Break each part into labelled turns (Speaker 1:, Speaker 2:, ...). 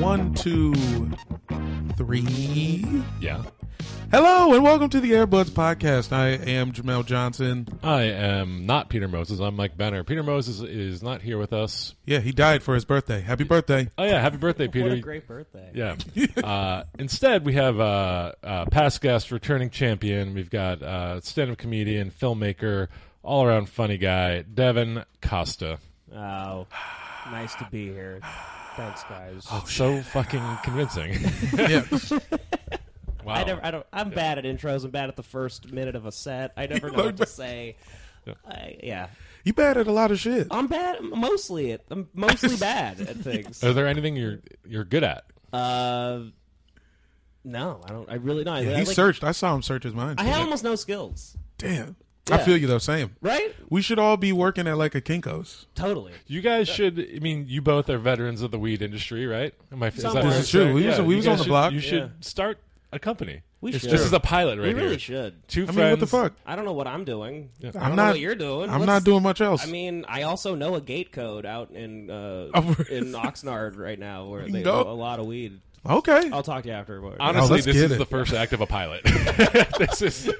Speaker 1: one, two, three.
Speaker 2: Yeah.
Speaker 1: Hello and welcome to the Airbuds Podcast. I am Jamel Johnson.
Speaker 2: I am not Peter Moses. I'm Mike Benner. Peter Moses is not here with us.
Speaker 1: Yeah, he died for his birthday. Happy birthday.
Speaker 2: Oh, yeah. Happy birthday, Peter.
Speaker 3: What a great birthday.
Speaker 2: yeah. Uh, instead, we have uh, uh, past guest, returning champion. We've got uh, stand up comedian, filmmaker, all around funny guy, Devin Costa.
Speaker 3: Oh, nice to be here. Thanks, guys.
Speaker 2: so fucking convincing.
Speaker 1: Yeah.
Speaker 2: wow.
Speaker 3: I never, I don't, I'm bad at intros. I'm bad at the first minute of a set. I never
Speaker 2: Oh,
Speaker 3: know what to say. I, yeah,
Speaker 1: You bad at a lot of shit.
Speaker 3: I'm bad. Mostly, at, I'm mostly bad at things.
Speaker 2: Are there anything you're you're good at?
Speaker 3: Uh, no, I don't. I really don't. I,
Speaker 1: He
Speaker 3: like-
Speaker 1: searched. I saw him search his mind.
Speaker 3: I have almost no skills.
Speaker 1: Damn. I
Speaker 3: Yeah.
Speaker 1: feel you though. Same.
Speaker 3: Right?
Speaker 1: We should all be working at like a Kinko's.
Speaker 3: Totally.
Speaker 2: You guys should. I mean, you both are veterans of the weed industry, right? Am I, is that
Speaker 3: Somewhat.
Speaker 2: fair to
Speaker 3: It's
Speaker 1: true.
Speaker 2: say?
Speaker 1: We was- we
Speaker 2: you
Speaker 1: was
Speaker 2: guys
Speaker 1: on the
Speaker 2: should-
Speaker 1: block.
Speaker 2: You should
Speaker 3: Yeah.
Speaker 2: start a company.
Speaker 3: We
Speaker 2: It's-
Speaker 3: should.
Speaker 2: This is a pilot right
Speaker 3: we
Speaker 2: here.
Speaker 3: really should.
Speaker 2: Two
Speaker 1: I
Speaker 2: friends.
Speaker 1: mean, what the fuck?
Speaker 3: I don't know what I'm doing. I
Speaker 1: I'm
Speaker 3: don't know
Speaker 1: not-
Speaker 3: what you're doing.
Speaker 1: I'm
Speaker 3: What's-
Speaker 1: not doing much else.
Speaker 3: I mean, I also know a gate code out in uh,
Speaker 1: Oh, really?
Speaker 3: in Oxnard right now where they
Speaker 1: Go.
Speaker 3: a lot of weed.
Speaker 1: okay.
Speaker 3: I'll talk to you afterward.
Speaker 1: Oh,
Speaker 2: Honestly,
Speaker 1: let's
Speaker 2: this
Speaker 1: get
Speaker 2: is
Speaker 1: it.
Speaker 2: the first act of a pilot. this is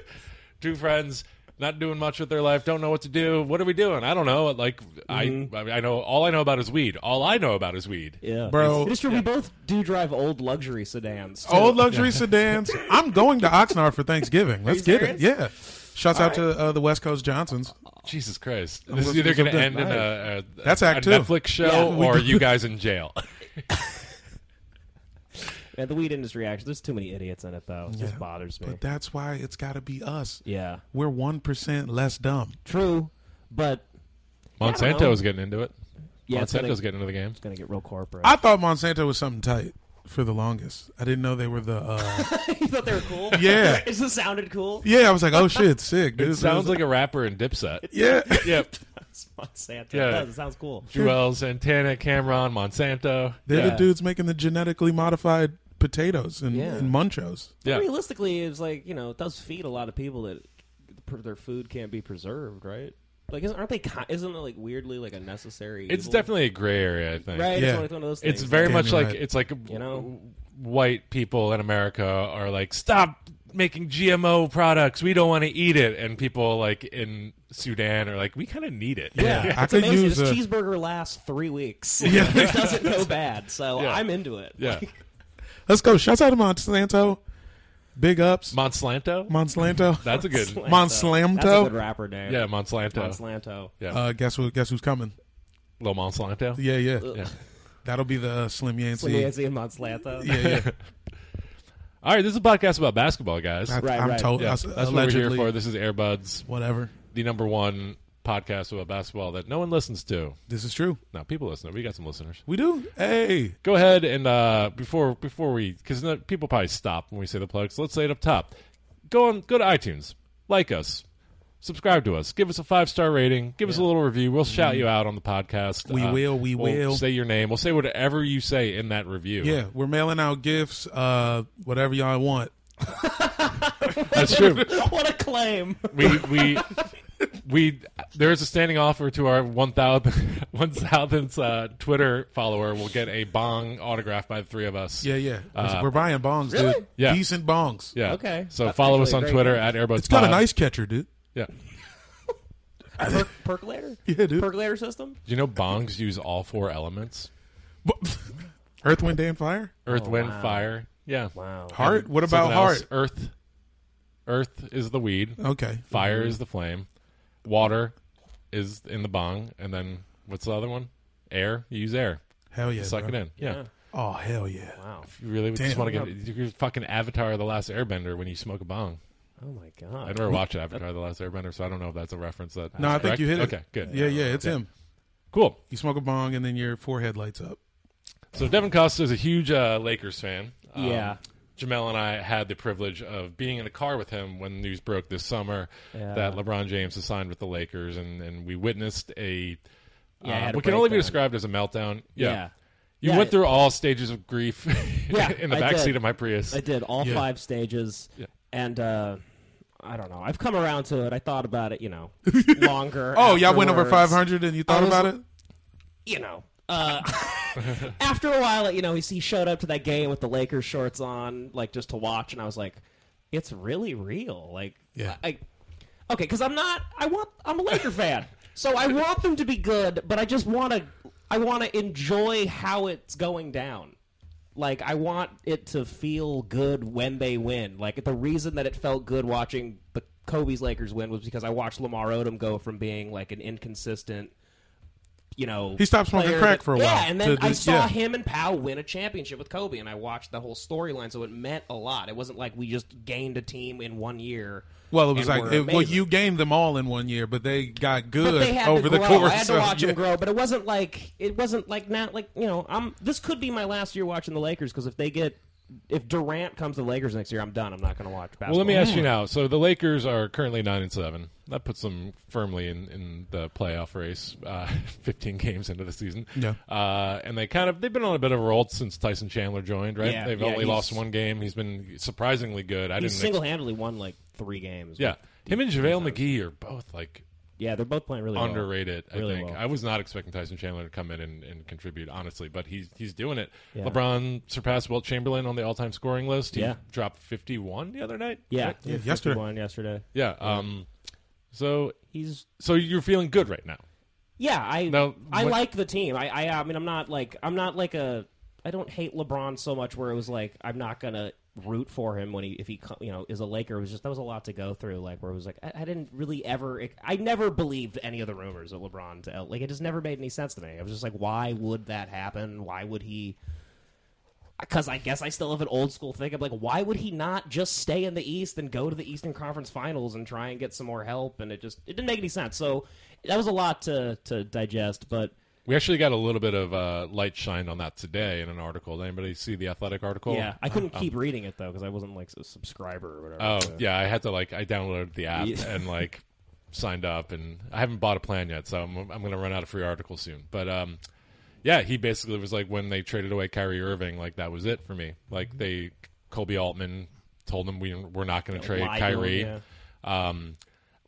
Speaker 2: two friends not doing much with their life, don't know what to do. What are we doing? I don't know. Like
Speaker 1: Mm-hmm.
Speaker 2: I, I, mean, I know all I know about is weed. All I know about is weed.
Speaker 3: yeah,
Speaker 1: Bro.
Speaker 3: It's true. We both do drive old luxury sedans. too.
Speaker 1: Old luxury sedans. I'm going to Oxnard for Thanksgiving. Let's get it.
Speaker 3: serious? Oh,
Speaker 1: Yeah. Shouts out to uh, the West Coast Johnsons.
Speaker 2: Jesus Christ! This is
Speaker 1: listening
Speaker 2: either
Speaker 1: to
Speaker 2: going to end
Speaker 1: something.
Speaker 2: in a, a
Speaker 1: That's
Speaker 2: a,
Speaker 1: act two.
Speaker 2: Netflix show
Speaker 3: Yeah,
Speaker 1: we
Speaker 2: or
Speaker 1: do.
Speaker 2: you guys in jail.
Speaker 3: Yeah, the weed industry actually. There's too many idiots in it though. It just bothers me.
Speaker 1: But that's why it's got to be us.
Speaker 3: yeah,
Speaker 1: We're 1% less dumb.
Speaker 3: true. But
Speaker 2: Monsanto is getting into it.
Speaker 3: Yeah, it's
Speaker 2: Monsanto's
Speaker 3: gonna-
Speaker 2: getting into the game.
Speaker 3: it's gonna get real corporate.
Speaker 1: I thought Monsanto was something tight for the longest. I didn't know they were the. Uh,
Speaker 3: you thought they were cool?
Speaker 1: Yeah.
Speaker 3: it just sounded cool.
Speaker 1: yeah, I was like, oh shit, sick. dude.
Speaker 2: It sounds like a rapper in Dipset.
Speaker 1: Yeah.
Speaker 2: Yep.
Speaker 3: It's Monsanto.
Speaker 2: Yeah.
Speaker 3: It does. It sounds cool.
Speaker 2: Joel Santana, Cameron, Monsanto.
Speaker 1: They're the
Speaker 3: Yeah.
Speaker 1: dudes making the genetically modified potatoes and,
Speaker 3: Yeah.
Speaker 1: and munchos.
Speaker 2: Yeah.
Speaker 3: Realistically, it's like you know, it does feed a lot of people that pr- their food can't be preserved, right? Like, isn't, aren't they? ki- Isn't it like weirdly like a necessary?
Speaker 2: It's
Speaker 3: evil?
Speaker 2: definitely a gray area, I think.
Speaker 3: right.
Speaker 1: Yeah.
Speaker 3: It's like one of those things.
Speaker 2: It's very
Speaker 1: Damn,
Speaker 2: much
Speaker 1: you're
Speaker 2: like
Speaker 1: right.
Speaker 2: it's like
Speaker 3: You know?
Speaker 2: w- white people in America are like stop making GMO products. We don't want to eat it, and people like in Sudan are like we kind of need it.
Speaker 3: Yeah,
Speaker 1: Yeah, I
Speaker 3: it's
Speaker 1: could
Speaker 3: amazing.
Speaker 1: use
Speaker 3: this
Speaker 1: a-
Speaker 3: cheeseburger lasts three weeks. Yeah. it doesn't go bad, so
Speaker 2: Yeah.
Speaker 3: I'm into it.
Speaker 2: yeah.
Speaker 1: Let's go. Shouts out to Monsanto. Big ups.
Speaker 2: Monslanto.
Speaker 1: Monsanto.
Speaker 2: That's a good.
Speaker 3: Slanto.
Speaker 1: Monslanto?
Speaker 3: That's a good rapper name.
Speaker 2: Yeah, Monslanto.
Speaker 3: Monslanto.
Speaker 2: Yeah,
Speaker 1: Uh, guess who? Guess who's coming?
Speaker 2: Lil Monslanto.
Speaker 1: Yeah, yeah.
Speaker 2: Yeah.
Speaker 1: That'll be the uh, Slim Yancey.
Speaker 3: Slim Yancy and Monslanto.
Speaker 1: Yeah, yeah.
Speaker 2: All right, this is a podcast about basketball, guys.
Speaker 1: I,
Speaker 3: Right,
Speaker 1: I'm
Speaker 3: right.
Speaker 1: told.
Speaker 2: Yeah,
Speaker 1: that's
Speaker 2: that's what we're
Speaker 1: allegedly,
Speaker 2: here for. This is Airbuds,
Speaker 1: whatever.
Speaker 2: the number one podcast about basketball that no one listens to.
Speaker 1: This is true.
Speaker 2: Now, people listen. We got some listeners.
Speaker 1: We do. Hey,
Speaker 2: go ahead and uh, before before we because people probably stop when we say the plug. So let's say it up top. Go on, go to iTunes, like us, subscribe to us, give us a five star rating, give us a little review. We'll shout you out on the podcast.
Speaker 1: Mm-hmm.
Speaker 2: Uh,
Speaker 1: We will, we
Speaker 2: we'll
Speaker 1: will.
Speaker 2: say your name. We'll say whatever you say in that review.
Speaker 1: yeah, we're mailing out gifts. Uh, whatever y'all want.
Speaker 2: that's true.
Speaker 3: what a claim!
Speaker 2: we we we there is a standing offer to our 1000 1000th uh, Twitter follower. We'll get a bong autographed by the three of us.
Speaker 1: Yeah, yeah.
Speaker 2: Uh,
Speaker 1: we're buying bongs, dude.
Speaker 2: Yeah.
Speaker 1: Decent bongs.
Speaker 2: Yeah. Uh,
Speaker 3: Okay.
Speaker 2: So
Speaker 3: That's
Speaker 2: follow us
Speaker 3: actually
Speaker 2: on
Speaker 3: a great
Speaker 2: Twitter
Speaker 3: idea.
Speaker 2: at Airbuds.
Speaker 1: It's got a nice catcher, dude.
Speaker 2: Yeah.
Speaker 3: Per- percolator.
Speaker 1: Yeah, dude.
Speaker 3: Percolator system.
Speaker 2: Do you know bongs use all four elements?
Speaker 1: But- Earth, Wind, and Fire?
Speaker 2: Earth,
Speaker 3: Oh,
Speaker 2: Wind,
Speaker 3: wow.
Speaker 2: Fire. Yeah.
Speaker 3: Wow.
Speaker 1: Heart? What about
Speaker 2: Something else.
Speaker 1: heart?
Speaker 2: Earth. Earth is the weed.
Speaker 1: Okay.
Speaker 2: Fire
Speaker 3: Mm-hmm.
Speaker 2: is the flame. Water is in the bong. And then what's the other one? Air. You use air.
Speaker 1: Hell yeah.
Speaker 2: Suck
Speaker 1: bro.
Speaker 2: it in. Yeah.
Speaker 1: Oh, hell yeah.
Speaker 3: Wow.
Speaker 2: If you really just
Speaker 1: Damn.
Speaker 2: want to get you're fucking Avatar the Last Airbender when you smoke a bong.
Speaker 3: Oh my
Speaker 2: I
Speaker 3: god.
Speaker 2: never watched Avatar the Last Airbender, so I don't know if that's a reference that.
Speaker 1: No, I
Speaker 2: that's
Speaker 1: think you hit
Speaker 2: correct.
Speaker 1: it.
Speaker 2: Okay, good.
Speaker 1: Yeah, yeah, it's him.
Speaker 2: Cool.
Speaker 1: You smoke a bong and then your forehead lights up.
Speaker 2: So Devin Costa is a huge uh, Lakers fan. Um,
Speaker 3: Yeah.
Speaker 2: Jamel and I had the privilege of being in a car with him when news broke this summer
Speaker 3: Yeah.
Speaker 2: that LeBron James has signed with the Lakers, and, and we witnessed a uh,
Speaker 3: Yeah, I had a
Speaker 2: what can only be
Speaker 3: breakdown.
Speaker 2: described as a meltdown. Yeah,
Speaker 3: Yeah.
Speaker 2: you
Speaker 3: Yeah,
Speaker 2: went
Speaker 3: I-
Speaker 2: through all stages of grief
Speaker 3: Yeah,
Speaker 2: in the
Speaker 3: I
Speaker 2: back
Speaker 3: did.
Speaker 2: seat of my Prius.
Speaker 3: I did all
Speaker 1: Yeah.
Speaker 3: five stages,
Speaker 2: Yeah.
Speaker 3: and uh, I don't know. I've come around to it. I thought about it, you know, longer.
Speaker 1: Oh, y'all went over
Speaker 3: afterwards.
Speaker 1: 500 and you thought
Speaker 3: Honestly-
Speaker 1: about it?
Speaker 3: You know, uh, after a while, you know, he, he showed up to that game with the Lakers shorts on, like just to watch, and I was like, it's really real. Like,
Speaker 1: Yeah.
Speaker 3: I, okay, because I'm not. I want. I'm a Laker fan, so I want them to be good, but I just want to. I want to enjoy how it's going down. Like I want it to feel good when they win. Like the reason that it felt good watching the Kobe's Lakers win was because I watched Lamar Odom go from being like an inconsistent, you know,
Speaker 1: He stopped smoking
Speaker 3: player
Speaker 1: crack
Speaker 3: that-
Speaker 1: for a
Speaker 3: Yeah,
Speaker 1: while
Speaker 3: and then
Speaker 1: to
Speaker 3: I
Speaker 1: just-
Speaker 3: saw
Speaker 1: yeah.
Speaker 3: him and Powell win a championship with Kobe, and I watched the whole storyline, so it meant a lot. It wasn't like we just gained a team in one year.
Speaker 1: Well, it was
Speaker 3: and
Speaker 1: like,
Speaker 3: were
Speaker 1: it, well,
Speaker 3: amazing.
Speaker 1: you gained them all in one year, but they got
Speaker 3: But
Speaker 1: good
Speaker 3: they had
Speaker 1: over
Speaker 3: to
Speaker 1: the
Speaker 3: grow.
Speaker 1: course.
Speaker 3: I had to
Speaker 1: of-
Speaker 3: watch
Speaker 1: yeah.
Speaker 3: them grow, but it wasn't like it wasn't like now. Like you know, I'm this could be my last year watching the Lakers because if they get if Durant comes to the Lakers next year, I'm done. I'm not going to watch basketball.
Speaker 2: Well, let me ask
Speaker 3: Mm.
Speaker 2: you now. So the Lakers are currently nine and seven. That puts them firmly in, in the playoff race. Uh, Fifteen games into the season,
Speaker 1: Yeah.
Speaker 2: Uh, and they kind of they've been on a bit of a roll since Tyson Chandler joined, right?
Speaker 3: Yeah,
Speaker 2: they've
Speaker 3: yeah,
Speaker 2: only
Speaker 3: he's-
Speaker 2: lost one game. He's been surprisingly good. I
Speaker 3: He
Speaker 2: didn't. ex-
Speaker 3: single handedly won like three games.
Speaker 2: yeah, him and JaVale McGee are both like
Speaker 3: yeah, they're both playing really well.
Speaker 2: underrated.
Speaker 3: Really
Speaker 2: I think
Speaker 3: well.
Speaker 2: I was not expecting Tyson Chandler to come in and, and contribute, honestly, but he's he's doing it.
Speaker 3: Yeah.
Speaker 2: LeBron surpassed Wilt Chamberlain on the all-time scoring list. He
Speaker 3: Yeah.
Speaker 2: dropped fifty-one the other night.
Speaker 3: Yeah,
Speaker 2: right?
Speaker 1: Yeah, yesterday.
Speaker 3: won yesterday.
Speaker 2: yeah. Um, so
Speaker 3: He's
Speaker 2: So you're feeling good right now.
Speaker 3: yeah. I
Speaker 2: Now,
Speaker 3: I
Speaker 2: what-
Speaker 3: like the team. I, I I mean, I'm not like I'm not like a I don't hate LeBron so much where it was like I'm not gonna root for him when he if he co- you know is a Laker. It was just that was a lot to go through. Like where it was like I, I didn't really ever I never believed any of the rumors of LeBron to L- like it just never made any sense to me. I was just like, why would that happen? Why would he? because I guess I still have an old school thing. I'm like, why would he not just stay in the East and go to the Eastern Conference Finals and try and get some more help? And it just it didn't make any sense. So that was a lot to to digest. But
Speaker 2: We actually got a little bit of uh, light shined on that today in an article. Did anybody see the athletic article?
Speaker 3: yeah, I couldn't keep reading it though because I wasn't like a subscriber or whatever.
Speaker 2: Uh, Oh
Speaker 3: So-
Speaker 2: yeah, I had to like I downloaded the app
Speaker 3: Yeah.
Speaker 2: and like signed up, and I haven't bought a plan yet, so I'm I'm gonna run out of free articles soon. But um, yeah, he basically was like when they traded away Kyrie Irving, like that was it for me. Like they Kobe Altman told them we we're not gonna trade
Speaker 3: lied to him,
Speaker 2: Kyrie.
Speaker 3: yeah.
Speaker 2: Um,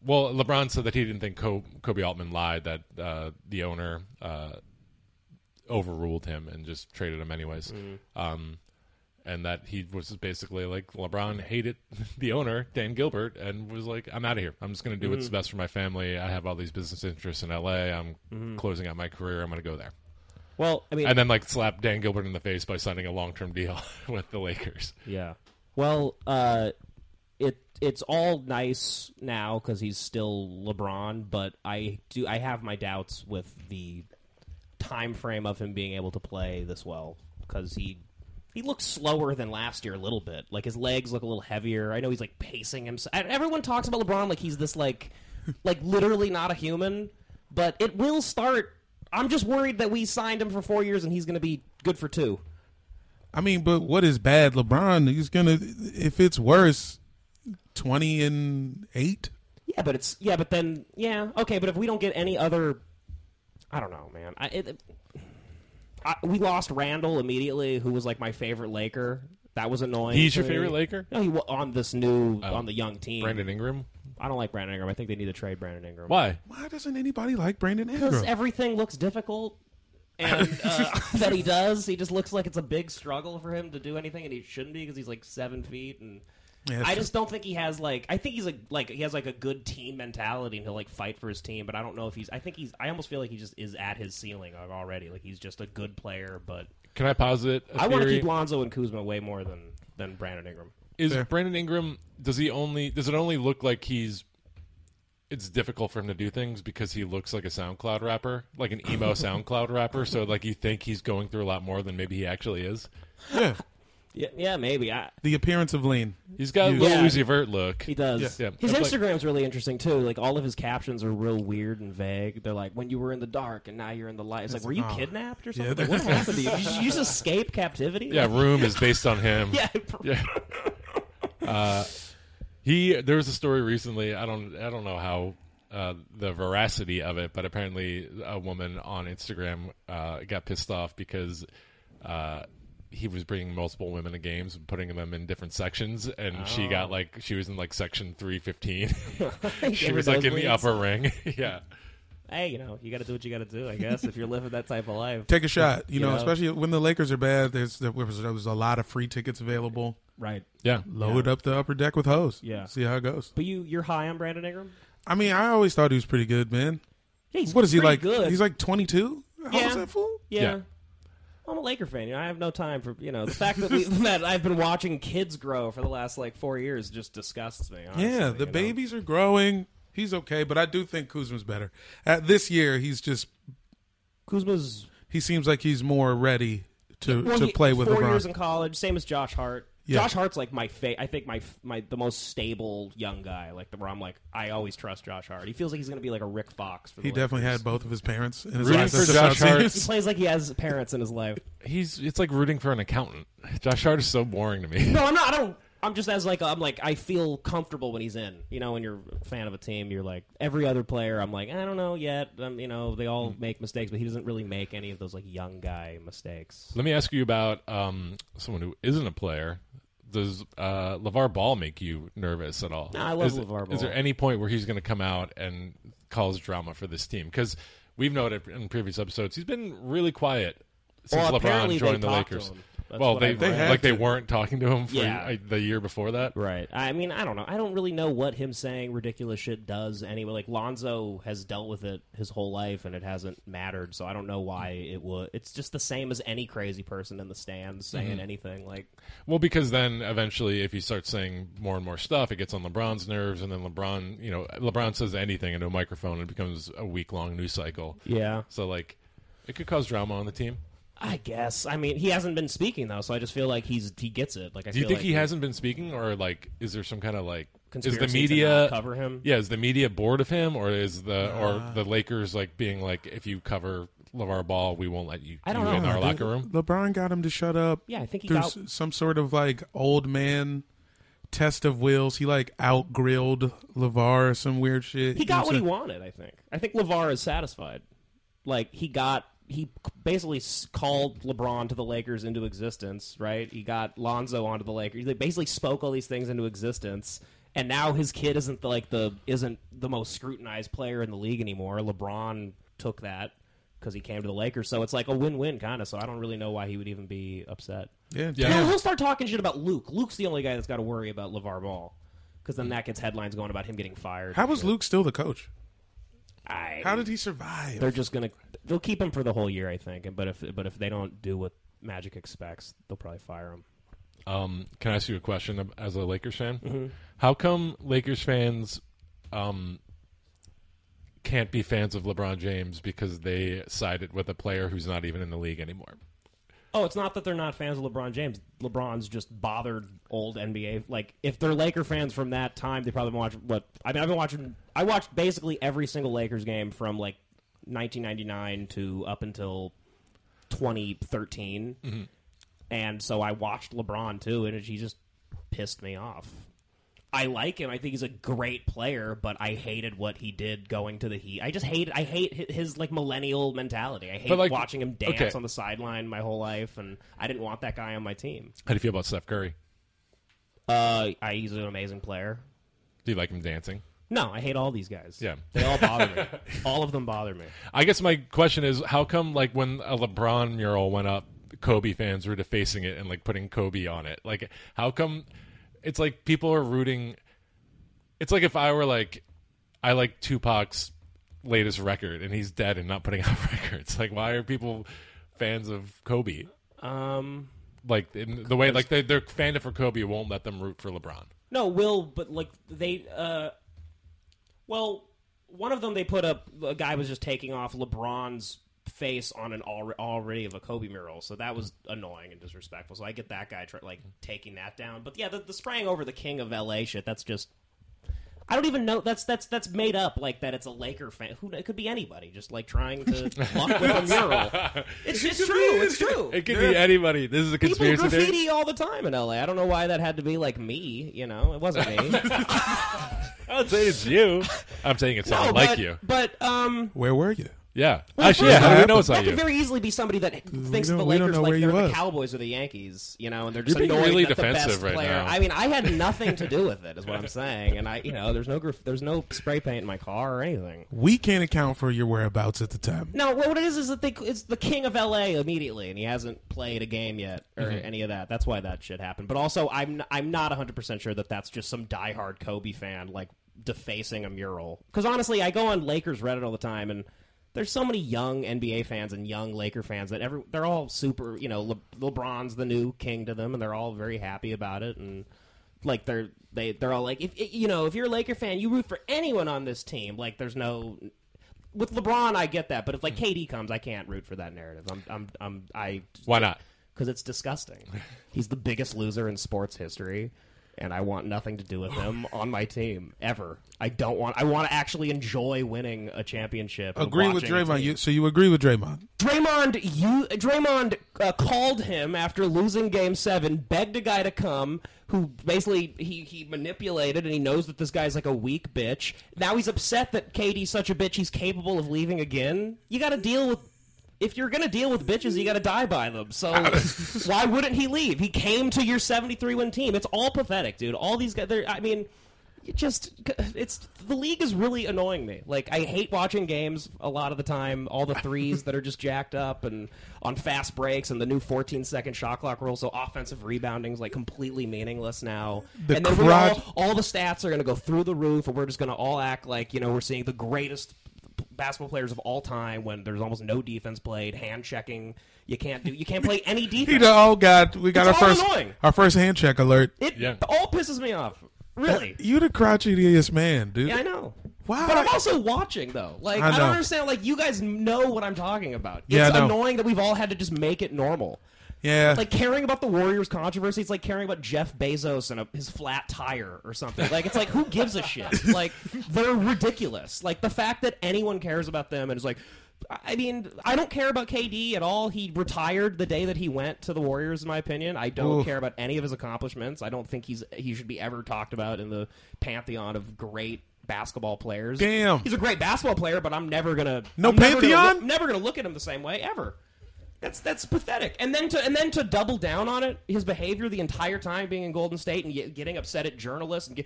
Speaker 2: well, LeBron said that he didn't think Co- Kobe Altman lied; that uh, the owner uh, overruled him and just traded him anyways.
Speaker 3: Mm-hmm.
Speaker 2: Um, and that he was basically like LeBron hated the owner Dan Gilbert and was like, "I'm out of here. I'm just going to do what's
Speaker 3: Mm-hmm.
Speaker 2: best for my family. I have all these business interests in LA. I'm
Speaker 3: Mm-hmm.
Speaker 2: closing out my career. I'm going to go there."
Speaker 3: Well, I mean,
Speaker 2: And then like slap Dan Gilbert in the face by signing a long term deal with the Lakers.
Speaker 3: Yeah. Well, uh, it it's all nice now because he's still LeBron, but I do I have my doubts with the time frame of him being able to play this well because he he looks slower than last year a little bit. Like his legs look a little heavier. I know he's like pacing himself. and Everyone talks about LeBron like he's this like like literally not a human, but it will start. I'm just worried that we signed him for four years and he's going to be good for two.
Speaker 1: I mean, but what is bad? LeBron is gonna if it's worse, twenty and eight.
Speaker 3: Yeah, but it's yeah, but then yeah, okay, but if we don't get any other, I don't know, man. I, it, I we lost Randall immediately, who was like my favorite Laker. That was annoying.
Speaker 2: He's your
Speaker 3: to me.
Speaker 2: favorite Laker? Oh.
Speaker 3: No, he wa- on this new on the young team.
Speaker 2: Brandon Ingram.
Speaker 3: I don't like Brandon Ingram. I think they need to trade Brandon Ingram.
Speaker 2: Why?
Speaker 1: Why doesn't anybody like Brandon
Speaker 3: Because
Speaker 1: Ingram?
Speaker 3: everything looks difficult. And uh, that he does, he just looks like it's a big struggle for him to do anything, and he shouldn't be because he's like seven feet. And
Speaker 1: Yeah, that's
Speaker 3: I
Speaker 1: true.
Speaker 3: just don't think he has like I think he's a like he has like a good team mentality, and he'll like fight for his team. But I don't know if he's. I think he's. I almost feel like he just is at his ceiling already. Like he's just a good player, but
Speaker 2: Can I posit? a
Speaker 3: I want to
Speaker 2: theory?
Speaker 3: keep Lonzo and Kuzma way more than than Brandon Ingram.
Speaker 2: Is
Speaker 1: Fair.
Speaker 2: Brandon Ingram? Does he only? Does it only look like he's? It's difficult for him to do things because he looks like a SoundCloud rapper, like an emo SoundCloud rapper. So like you think he's going through a lot more than maybe he actually is.
Speaker 1: Yeah,
Speaker 3: Yeah, yeah, maybe. I,
Speaker 1: the appearance of lean.
Speaker 2: He's got a little
Speaker 3: Yeah.
Speaker 2: Uzi Vert look.
Speaker 3: he does.
Speaker 2: Yeah. Yeah.
Speaker 3: His
Speaker 2: That's like-
Speaker 3: Instagram's really interesting too. Like all of his captions are real weird and vague. They're like, "When you were in the dark and now you're in the light." It's like, were you
Speaker 1: oh.
Speaker 3: kidnapped or
Speaker 1: Yeah,
Speaker 3: something? Like, what happened to you? Did you just escape captivity?
Speaker 2: Yeah, Room is based on him.
Speaker 3: yeah.
Speaker 2: Yeah. Uh, he there was a story recently. I don't I don't know how uh, the veracity of it, but apparently a woman on Instagram uh, got pissed off because uh, he was bringing multiple women to games and putting them in different sections, and she got like she was in like section three fifteen. she
Speaker 3: Gave her
Speaker 2: was like in the
Speaker 3: nosebleeds.
Speaker 2: upper ring. yeah.
Speaker 3: Hey, you know, you got to do what you got to do. I guess if you're living that type of life,
Speaker 1: Take a shot, you,
Speaker 3: You
Speaker 1: know,
Speaker 3: know.
Speaker 1: especially when the Lakers are bad. There's there was, there was a lot of free tickets available.
Speaker 3: right?
Speaker 2: Yeah.
Speaker 1: Load up the upper deck with hoes.
Speaker 3: Yeah.
Speaker 1: see how it goes.
Speaker 3: But you, you're high on Brandon Ingram.
Speaker 1: I mean, I always thought he was pretty good, man.
Speaker 3: Yeah, he's
Speaker 1: What is he
Speaker 3: pretty
Speaker 1: like?
Speaker 3: Good.
Speaker 1: He's like 22. How
Speaker 3: Yeah.
Speaker 1: is that fool?
Speaker 3: Yeah.
Speaker 2: Yeah.
Speaker 3: I'm a Laker fan. You know, I have no time for you know the fact that we that I've been watching kids grow for the last like four years just disgusts me. honestly,
Speaker 1: Yeah,
Speaker 3: you
Speaker 1: the
Speaker 3: know?
Speaker 1: babies are growing. He's okay, but I do think Kuzma's better. At this year, he's just
Speaker 3: Kuzma's
Speaker 1: he seems like he's more ready to
Speaker 3: well,
Speaker 1: to
Speaker 3: he-
Speaker 1: play with
Speaker 3: four
Speaker 1: LeBron.
Speaker 3: years in college, same as Josh Hart.
Speaker 1: Yeah.
Speaker 3: Josh Hart's like my fa- I think my f- my the most stable young guy. Like the, where I'm like I always trust Josh Hart. He feels like he's gonna be like a Rick Fox. For the
Speaker 1: he definitely
Speaker 3: Lakers.
Speaker 1: had both of his parents in his
Speaker 2: Rooting
Speaker 1: life.
Speaker 2: for
Speaker 1: That's just
Speaker 2: Josh
Speaker 1: how it
Speaker 2: Hart.
Speaker 1: seems.
Speaker 3: He plays like he has parents in his life.
Speaker 2: He's it's like rooting for an accountant. Josh Hart is so boring to me.
Speaker 3: No, I'm not. I don't. I'm just as like I'm like I feel comfortable when he's in. You know, when you're a fan of a team, you're like every other player. I'm like I don't know yet. Um, you know, they all
Speaker 2: Hmm.
Speaker 3: make mistakes, but he doesn't really make any of those like young guy mistakes.
Speaker 2: Let me ask you about um, someone who isn't a player. Does uh, LeVar Ball make you nervous at all?
Speaker 3: No, I love
Speaker 2: is,
Speaker 3: LeVar
Speaker 2: Is there
Speaker 3: Ball.
Speaker 2: any point where he's going to come out and cause drama for this team? Because we've noted in previous episodes he's been really quiet since
Speaker 3: Well, apparently
Speaker 2: LeBron joined the
Speaker 3: they talked to
Speaker 2: Lakers.
Speaker 3: him. That's
Speaker 2: well,
Speaker 3: what
Speaker 2: they,
Speaker 3: I've read.
Speaker 1: They had
Speaker 2: like
Speaker 1: to.
Speaker 2: they weren't talking to him for
Speaker 3: Yeah.
Speaker 2: uh, the year before that.
Speaker 3: Right. I mean, I don't know. I don't really know what him saying ridiculous shit does anyway. Like Lonzo has dealt with it his whole life, and it hasn't mattered. So I don't know why it would. It's just the same as any crazy person in the stands
Speaker 2: Mm-hmm.
Speaker 3: saying anything. Like
Speaker 2: Well, because then eventually, if he starts saying more and more stuff, it gets on LeBron's nerves, and then LeBron, you know, LeBron says anything into a microphone, and it becomes a week long news cycle.
Speaker 3: yeah.
Speaker 2: So like, it could cause drama on the team.
Speaker 3: I guess. I mean, he hasn't been speaking though, so I just feel like he's he gets it. Like, I
Speaker 2: Do you
Speaker 3: feel
Speaker 2: think
Speaker 3: like
Speaker 2: he hasn't been speaking, or like, is there some kind of like, is
Speaker 3: conspiracy
Speaker 2: the
Speaker 3: to
Speaker 2: media
Speaker 3: not cover him?
Speaker 2: Yeah, is the media bored of him, or is the or the Lakers like being like, if you cover LeVar Ball, we won't let you,
Speaker 3: I don't
Speaker 2: you
Speaker 3: know.
Speaker 2: in our
Speaker 1: Oh,
Speaker 2: locker
Speaker 1: dude,
Speaker 2: room.
Speaker 1: LeBron got him to shut up.
Speaker 3: Yeah, I think he
Speaker 1: through
Speaker 3: got-
Speaker 1: s- some sort of like old man test of wills. He like out grilled Levar or some weird shit.
Speaker 3: He
Speaker 1: You know
Speaker 3: got what he
Speaker 1: I'm saying?
Speaker 3: wanted. I think. I think Levar is satisfied. Like he got he basically s- called LeBron to the Lakers into existence. Right. He got Lonzo onto the Lakers. They basically spoke all these things into existence. And now his kid isn't the, like the isn't the most scrutinized player in the league anymore. LeBron took that because he came to the Lakers, so it's like a win-win kind of. So I don't really know why he would even be upset.
Speaker 1: Yeah,
Speaker 2: Yeah.
Speaker 3: He'll,
Speaker 1: damn.
Speaker 3: he'll start talking shit about Luke. Luke's the only guy that's got to worry about LeVar Ball. Because then that gets headlines going about him getting fired.
Speaker 1: How was Luke still the coach?
Speaker 3: I,
Speaker 1: How did he survive?
Speaker 3: they're just gonna they'll keep him for the whole year, I think. But if but if they don't do what Magic expects, they'll probably fire him.
Speaker 2: Um, can I ask you a question ab- as a Lakers fan?
Speaker 3: Mm-hmm.
Speaker 2: How come Lakers fans um, can't be fans of LeBron James because they sided with a player who's not even in the league anymore?
Speaker 3: Oh, it's not that they're not fans of LeBron James. LeBron's just bothered old NBA. Like if they're Laker fans from that time, they probably watch what I mean. I've been watching. I watched basically every single Lakers game from like 1999 to up until 2013,
Speaker 2: Mm-hmm.
Speaker 3: and so I watched LeBron too, and he just pissed me off. I like him. I think he's a great player, but I hated what he did going to the Heat. I just hate. I hate hi- his like millennial mentality. I hate
Speaker 2: But, like,
Speaker 3: watching him dance
Speaker 2: okay.
Speaker 3: on the sideline my whole life, and I didn't want that guy on my team.
Speaker 2: How do you feel about Steph Curry?
Speaker 3: Uh, I, he's an amazing player.
Speaker 2: Do you like him dancing?
Speaker 3: No, I hate all these guys.
Speaker 2: Yeah.
Speaker 3: they all bother me. All of them bother me.
Speaker 2: I guess my question is, how come like when a LeBron mural went up, Kobe fans were defacing it and like putting Kobe on it? Like, how come it's like people are rooting? It's like if I were like, I like Tupac's latest record and he's dead and not putting out records. Like, why are people fans of Kobe?
Speaker 3: Um,
Speaker 2: Like in the way, like they, their fandom for Kobe won't let them root for LeBron.
Speaker 3: no, will, but like they, uh, well, one of them they put up. A guy was just taking off LeBron's face on an alre already of a Kobe mural, so that was annoying and disrespectful. So I get that guy tr like taking that down. But yeah, the, the spraying over the King of L.A. shit. That's just. I don't even know. That's that's that's made up. Like that, it's a Laker fan. Who it could be anybody. Just like trying to fuck with a mural. It's just true. Oh, It's true.
Speaker 2: It could be anybody. This is a
Speaker 3: People
Speaker 2: conspiracy
Speaker 3: graffiti
Speaker 2: theory.
Speaker 3: all the time in LA. I don't know why that had to be like me. You know, it wasn't me. no,
Speaker 2: I would say it's you. I'm saying it sounds like
Speaker 3: Oh, but,
Speaker 2: you.
Speaker 3: But um,
Speaker 1: Where were you?
Speaker 2: Yeah. Actually, yeah.
Speaker 1: first
Speaker 2: How do we
Speaker 1: off,
Speaker 2: know it's
Speaker 3: that
Speaker 2: not
Speaker 3: could
Speaker 2: you?
Speaker 3: very easily be somebody that thinks
Speaker 1: don't-
Speaker 3: the
Speaker 1: we don't
Speaker 3: Lakers
Speaker 1: know
Speaker 3: like
Speaker 1: where
Speaker 3: they're
Speaker 1: you
Speaker 3: the
Speaker 1: was.
Speaker 3: Cowboys or the Yankees. You know, and they're just
Speaker 2: being
Speaker 3: annoyed
Speaker 2: really
Speaker 3: that the
Speaker 2: defensive
Speaker 3: best
Speaker 2: right
Speaker 3: player.
Speaker 2: now.
Speaker 3: I mean, I had nothing to do with it, is what I'm saying. And I, you know, there's no graf- there's no spray paint in my car or anything.
Speaker 1: We can't account for your whereabouts at the time.
Speaker 3: No, what it is is that they, it's the king of LA immediately, and he hasn't played a game yet or any of that. That's why that shit happened. But also, I'm I'm not 100 percent sure that that's just some diehard Kobe fan like defacing a mural. Because honestly, I go on Lakers Reddit all the time, and there's so many young NBA fans and young Laker fans that every they're all super. You know, Le, LeBron's the new king to them, and they're all very happy about it. And like they're they they're all like, if you know, if you're a Laker fan, you root for anyone on this team. Like, there's no with LeBron, I get that, but if like
Speaker 1: Hmm.
Speaker 3: KD comes, I can't root for that narrative. I'm, I'm, I'm, I
Speaker 2: Why not?
Speaker 3: because it's disgusting. He's the biggest loser in sports history, and I want nothing to do with him on my team ever. I don't want. I want to actually enjoy winning a championship. and
Speaker 1: Agree with
Speaker 3: watching a
Speaker 1: Draymond.
Speaker 3: team.
Speaker 1: You, so you agree with Draymond?
Speaker 3: Draymond, you Draymond uh, called him after losing Game Seven, begged a guy to come, who basically he he manipulated, and he knows that this guy's like a weak bitch. Now he's upset that KD's such a bitch, he's capable of leaving again. You got to deal with. If you're gonna deal with bitches, you gotta die by them. So why wouldn't he leave? He came to your 73 win team. It's all pathetic, dude. All these guys. they're- I mean, it just it's the league is really annoying me. Like I hate watching games a lot of the time. All the threes that are just jacked up and on fast breaks and the new 14 second shot clock rule. So offensive rebounding's like completely meaningless now.
Speaker 1: The
Speaker 3: and then we're all,
Speaker 1: crowd-
Speaker 3: all the stats are going to go through the roof, and we're just going to all act like you know we're seeing the greatest p- basketball players of all time when there's almost no defense played, hand checking. You can't do you can't play any
Speaker 1: He
Speaker 3: defense.
Speaker 1: the oh god, we got
Speaker 3: It's
Speaker 1: our
Speaker 3: all
Speaker 1: first
Speaker 3: annoying.
Speaker 1: our first hand check alert. Uh,
Speaker 3: It
Speaker 2: Yeah.
Speaker 3: all pisses me off. Really.
Speaker 1: You the crotchetiest man, dude.
Speaker 3: Yeah, I know.
Speaker 1: Why?
Speaker 3: But I'm also watching though. Like
Speaker 1: I
Speaker 3: I, don't
Speaker 1: know.
Speaker 3: understand. Like you guys know what I'm talking about.
Speaker 1: Yeah,
Speaker 3: it's
Speaker 1: I know.
Speaker 3: annoying that we've all had to just make it normal.
Speaker 1: Yeah.
Speaker 3: Like caring about the Warriors controversy, it's like caring about Jeff Bezos and a, his flat tire or something. Like it's like who gives a shit? Like they're ridiculous. Like the fact that anyone cares about them and is like. I I mean, I don't care about KD at all. He retired the day that he went to the Warriors, in my opinion. I don't
Speaker 1: Oof.
Speaker 3: care about any of his accomplishments. I don't think he's he should be ever talked about in the pantheon of great basketball players.
Speaker 1: Damn.
Speaker 3: he's a great basketball player, but I'm never gonna
Speaker 1: No
Speaker 3: I'm never gonna
Speaker 1: pantheon?
Speaker 3: look- never gonna look at him the same way ever. That's that's pathetic. And then to and then to double down on it, his behavior the entire time being in Golden State and get, getting upset at journalists and get,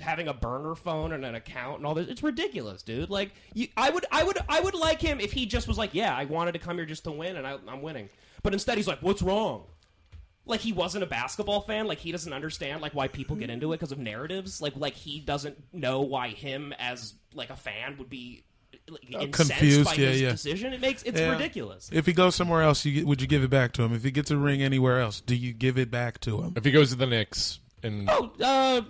Speaker 3: having a burner phone and an account and all this—it's ridiculous, dude. Like, you, I would, I would, I would like him if he just was like, "Yeah, I wanted to come here just to win, and I, I'm winning." But instead, he's like, "What's wrong?" Like he wasn't a basketball fan. Like he doesn't understand like why people get into it because of narratives. Like like he doesn't know why him as like a fan would be like, incensed
Speaker 1: Uh, confused,
Speaker 3: by
Speaker 1: yeah,
Speaker 3: his
Speaker 1: yeah.
Speaker 3: decision. It makes it's
Speaker 1: Yeah.
Speaker 3: ridiculous.
Speaker 1: If he goes somewhere else, you get, would you give it back to him? If he gets a ring anywhere else, do you give it back to him?
Speaker 2: If he goes to the Knicks and
Speaker 3: Oh, uh,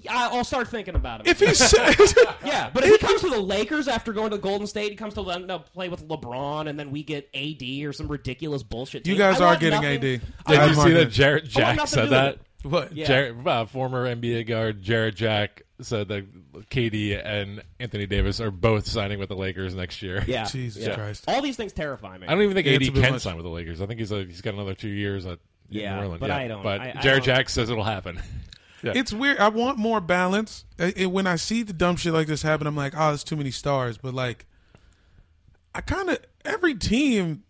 Speaker 3: yeah, I'll start thinking about it.
Speaker 1: If he says,
Speaker 3: yeah, but if he comes to the Lakers after going to Golden State, he comes to London to play with LeBron, and then we get AD or some ridiculous bullshit.
Speaker 1: you
Speaker 3: team,
Speaker 1: guys
Speaker 3: I
Speaker 1: are
Speaker 3: want
Speaker 1: getting
Speaker 3: nothing-
Speaker 1: AD.
Speaker 3: I
Speaker 2: did
Speaker 1: I'm
Speaker 2: you
Speaker 1: not
Speaker 2: see that
Speaker 1: gonna-
Speaker 2: Jarrett
Speaker 3: want
Speaker 2: Jack
Speaker 3: nothing to
Speaker 2: said
Speaker 3: do
Speaker 2: that?
Speaker 3: with it.
Speaker 1: What?
Speaker 3: Yeah.
Speaker 2: Jarrett, uh, former NBA guard Jarrett Jack said that KD and Anthony Davis are both signing with the Lakers next year.
Speaker 3: Yeah,
Speaker 1: Jesus
Speaker 3: yeah.
Speaker 1: Christ.
Speaker 3: All these things terrify me.
Speaker 2: I don't even think
Speaker 1: Yeah,
Speaker 2: AD
Speaker 1: it's a bit
Speaker 2: can
Speaker 1: much.
Speaker 2: sign with the Lakers. I think he's a, he's got another two years at in
Speaker 3: Yeah,
Speaker 2: New Orleans.
Speaker 3: but
Speaker 2: yeah.
Speaker 3: I don't-
Speaker 2: But
Speaker 3: I- I
Speaker 2: Jarrett
Speaker 3: don't-
Speaker 2: Jack says it'll happen. yeah.
Speaker 1: It's weird. I want more balance. Uh, And when I see the dumb shit like this happen, I'm like, oh, it's too many stars. But like, I kind of every team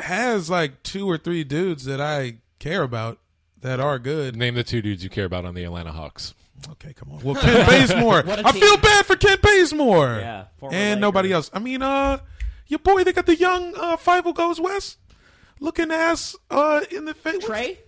Speaker 1: has like two or three dudes that I care about that are good.
Speaker 2: Name the two dudes you care about on the Atlanta Hawks.
Speaker 1: Okay, come on. Well, Ken Bazemore.
Speaker 3: What a
Speaker 1: I
Speaker 3: team.
Speaker 1: feel bad for Ken Bazemore.
Speaker 3: Yeah,
Speaker 1: and
Speaker 3: former Laker.
Speaker 1: nobody else. I mean, uh, your boy. They got the young uh, five who goes west, looking ass uh in the face.
Speaker 3: Trey?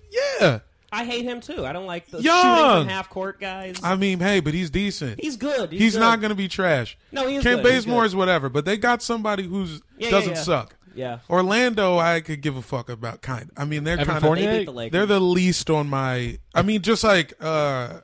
Speaker 1: Yeah.
Speaker 3: I hate him too. I don't like the
Speaker 1: Young.
Speaker 3: shooting from half court guys.
Speaker 1: I mean, hey, but he's decent.
Speaker 3: he's good. He's,
Speaker 1: He's
Speaker 3: good.
Speaker 1: not going to be trash.
Speaker 3: No, he is
Speaker 1: Ken
Speaker 3: good. He's
Speaker 1: Bazemore
Speaker 3: good.
Speaker 1: is whatever, but they got somebody who's
Speaker 3: Yeah, yeah,
Speaker 1: doesn't
Speaker 3: yeah.
Speaker 1: suck.
Speaker 3: Yeah.
Speaker 1: Orlando, I could give a fuck about. Kind. I mean, they're
Speaker 2: Evan
Speaker 1: kind
Speaker 2: Fournier?
Speaker 1: of.
Speaker 3: They beat
Speaker 2: Hey,
Speaker 3: the Lakers.
Speaker 1: They're the least on my. I mean, just like uh,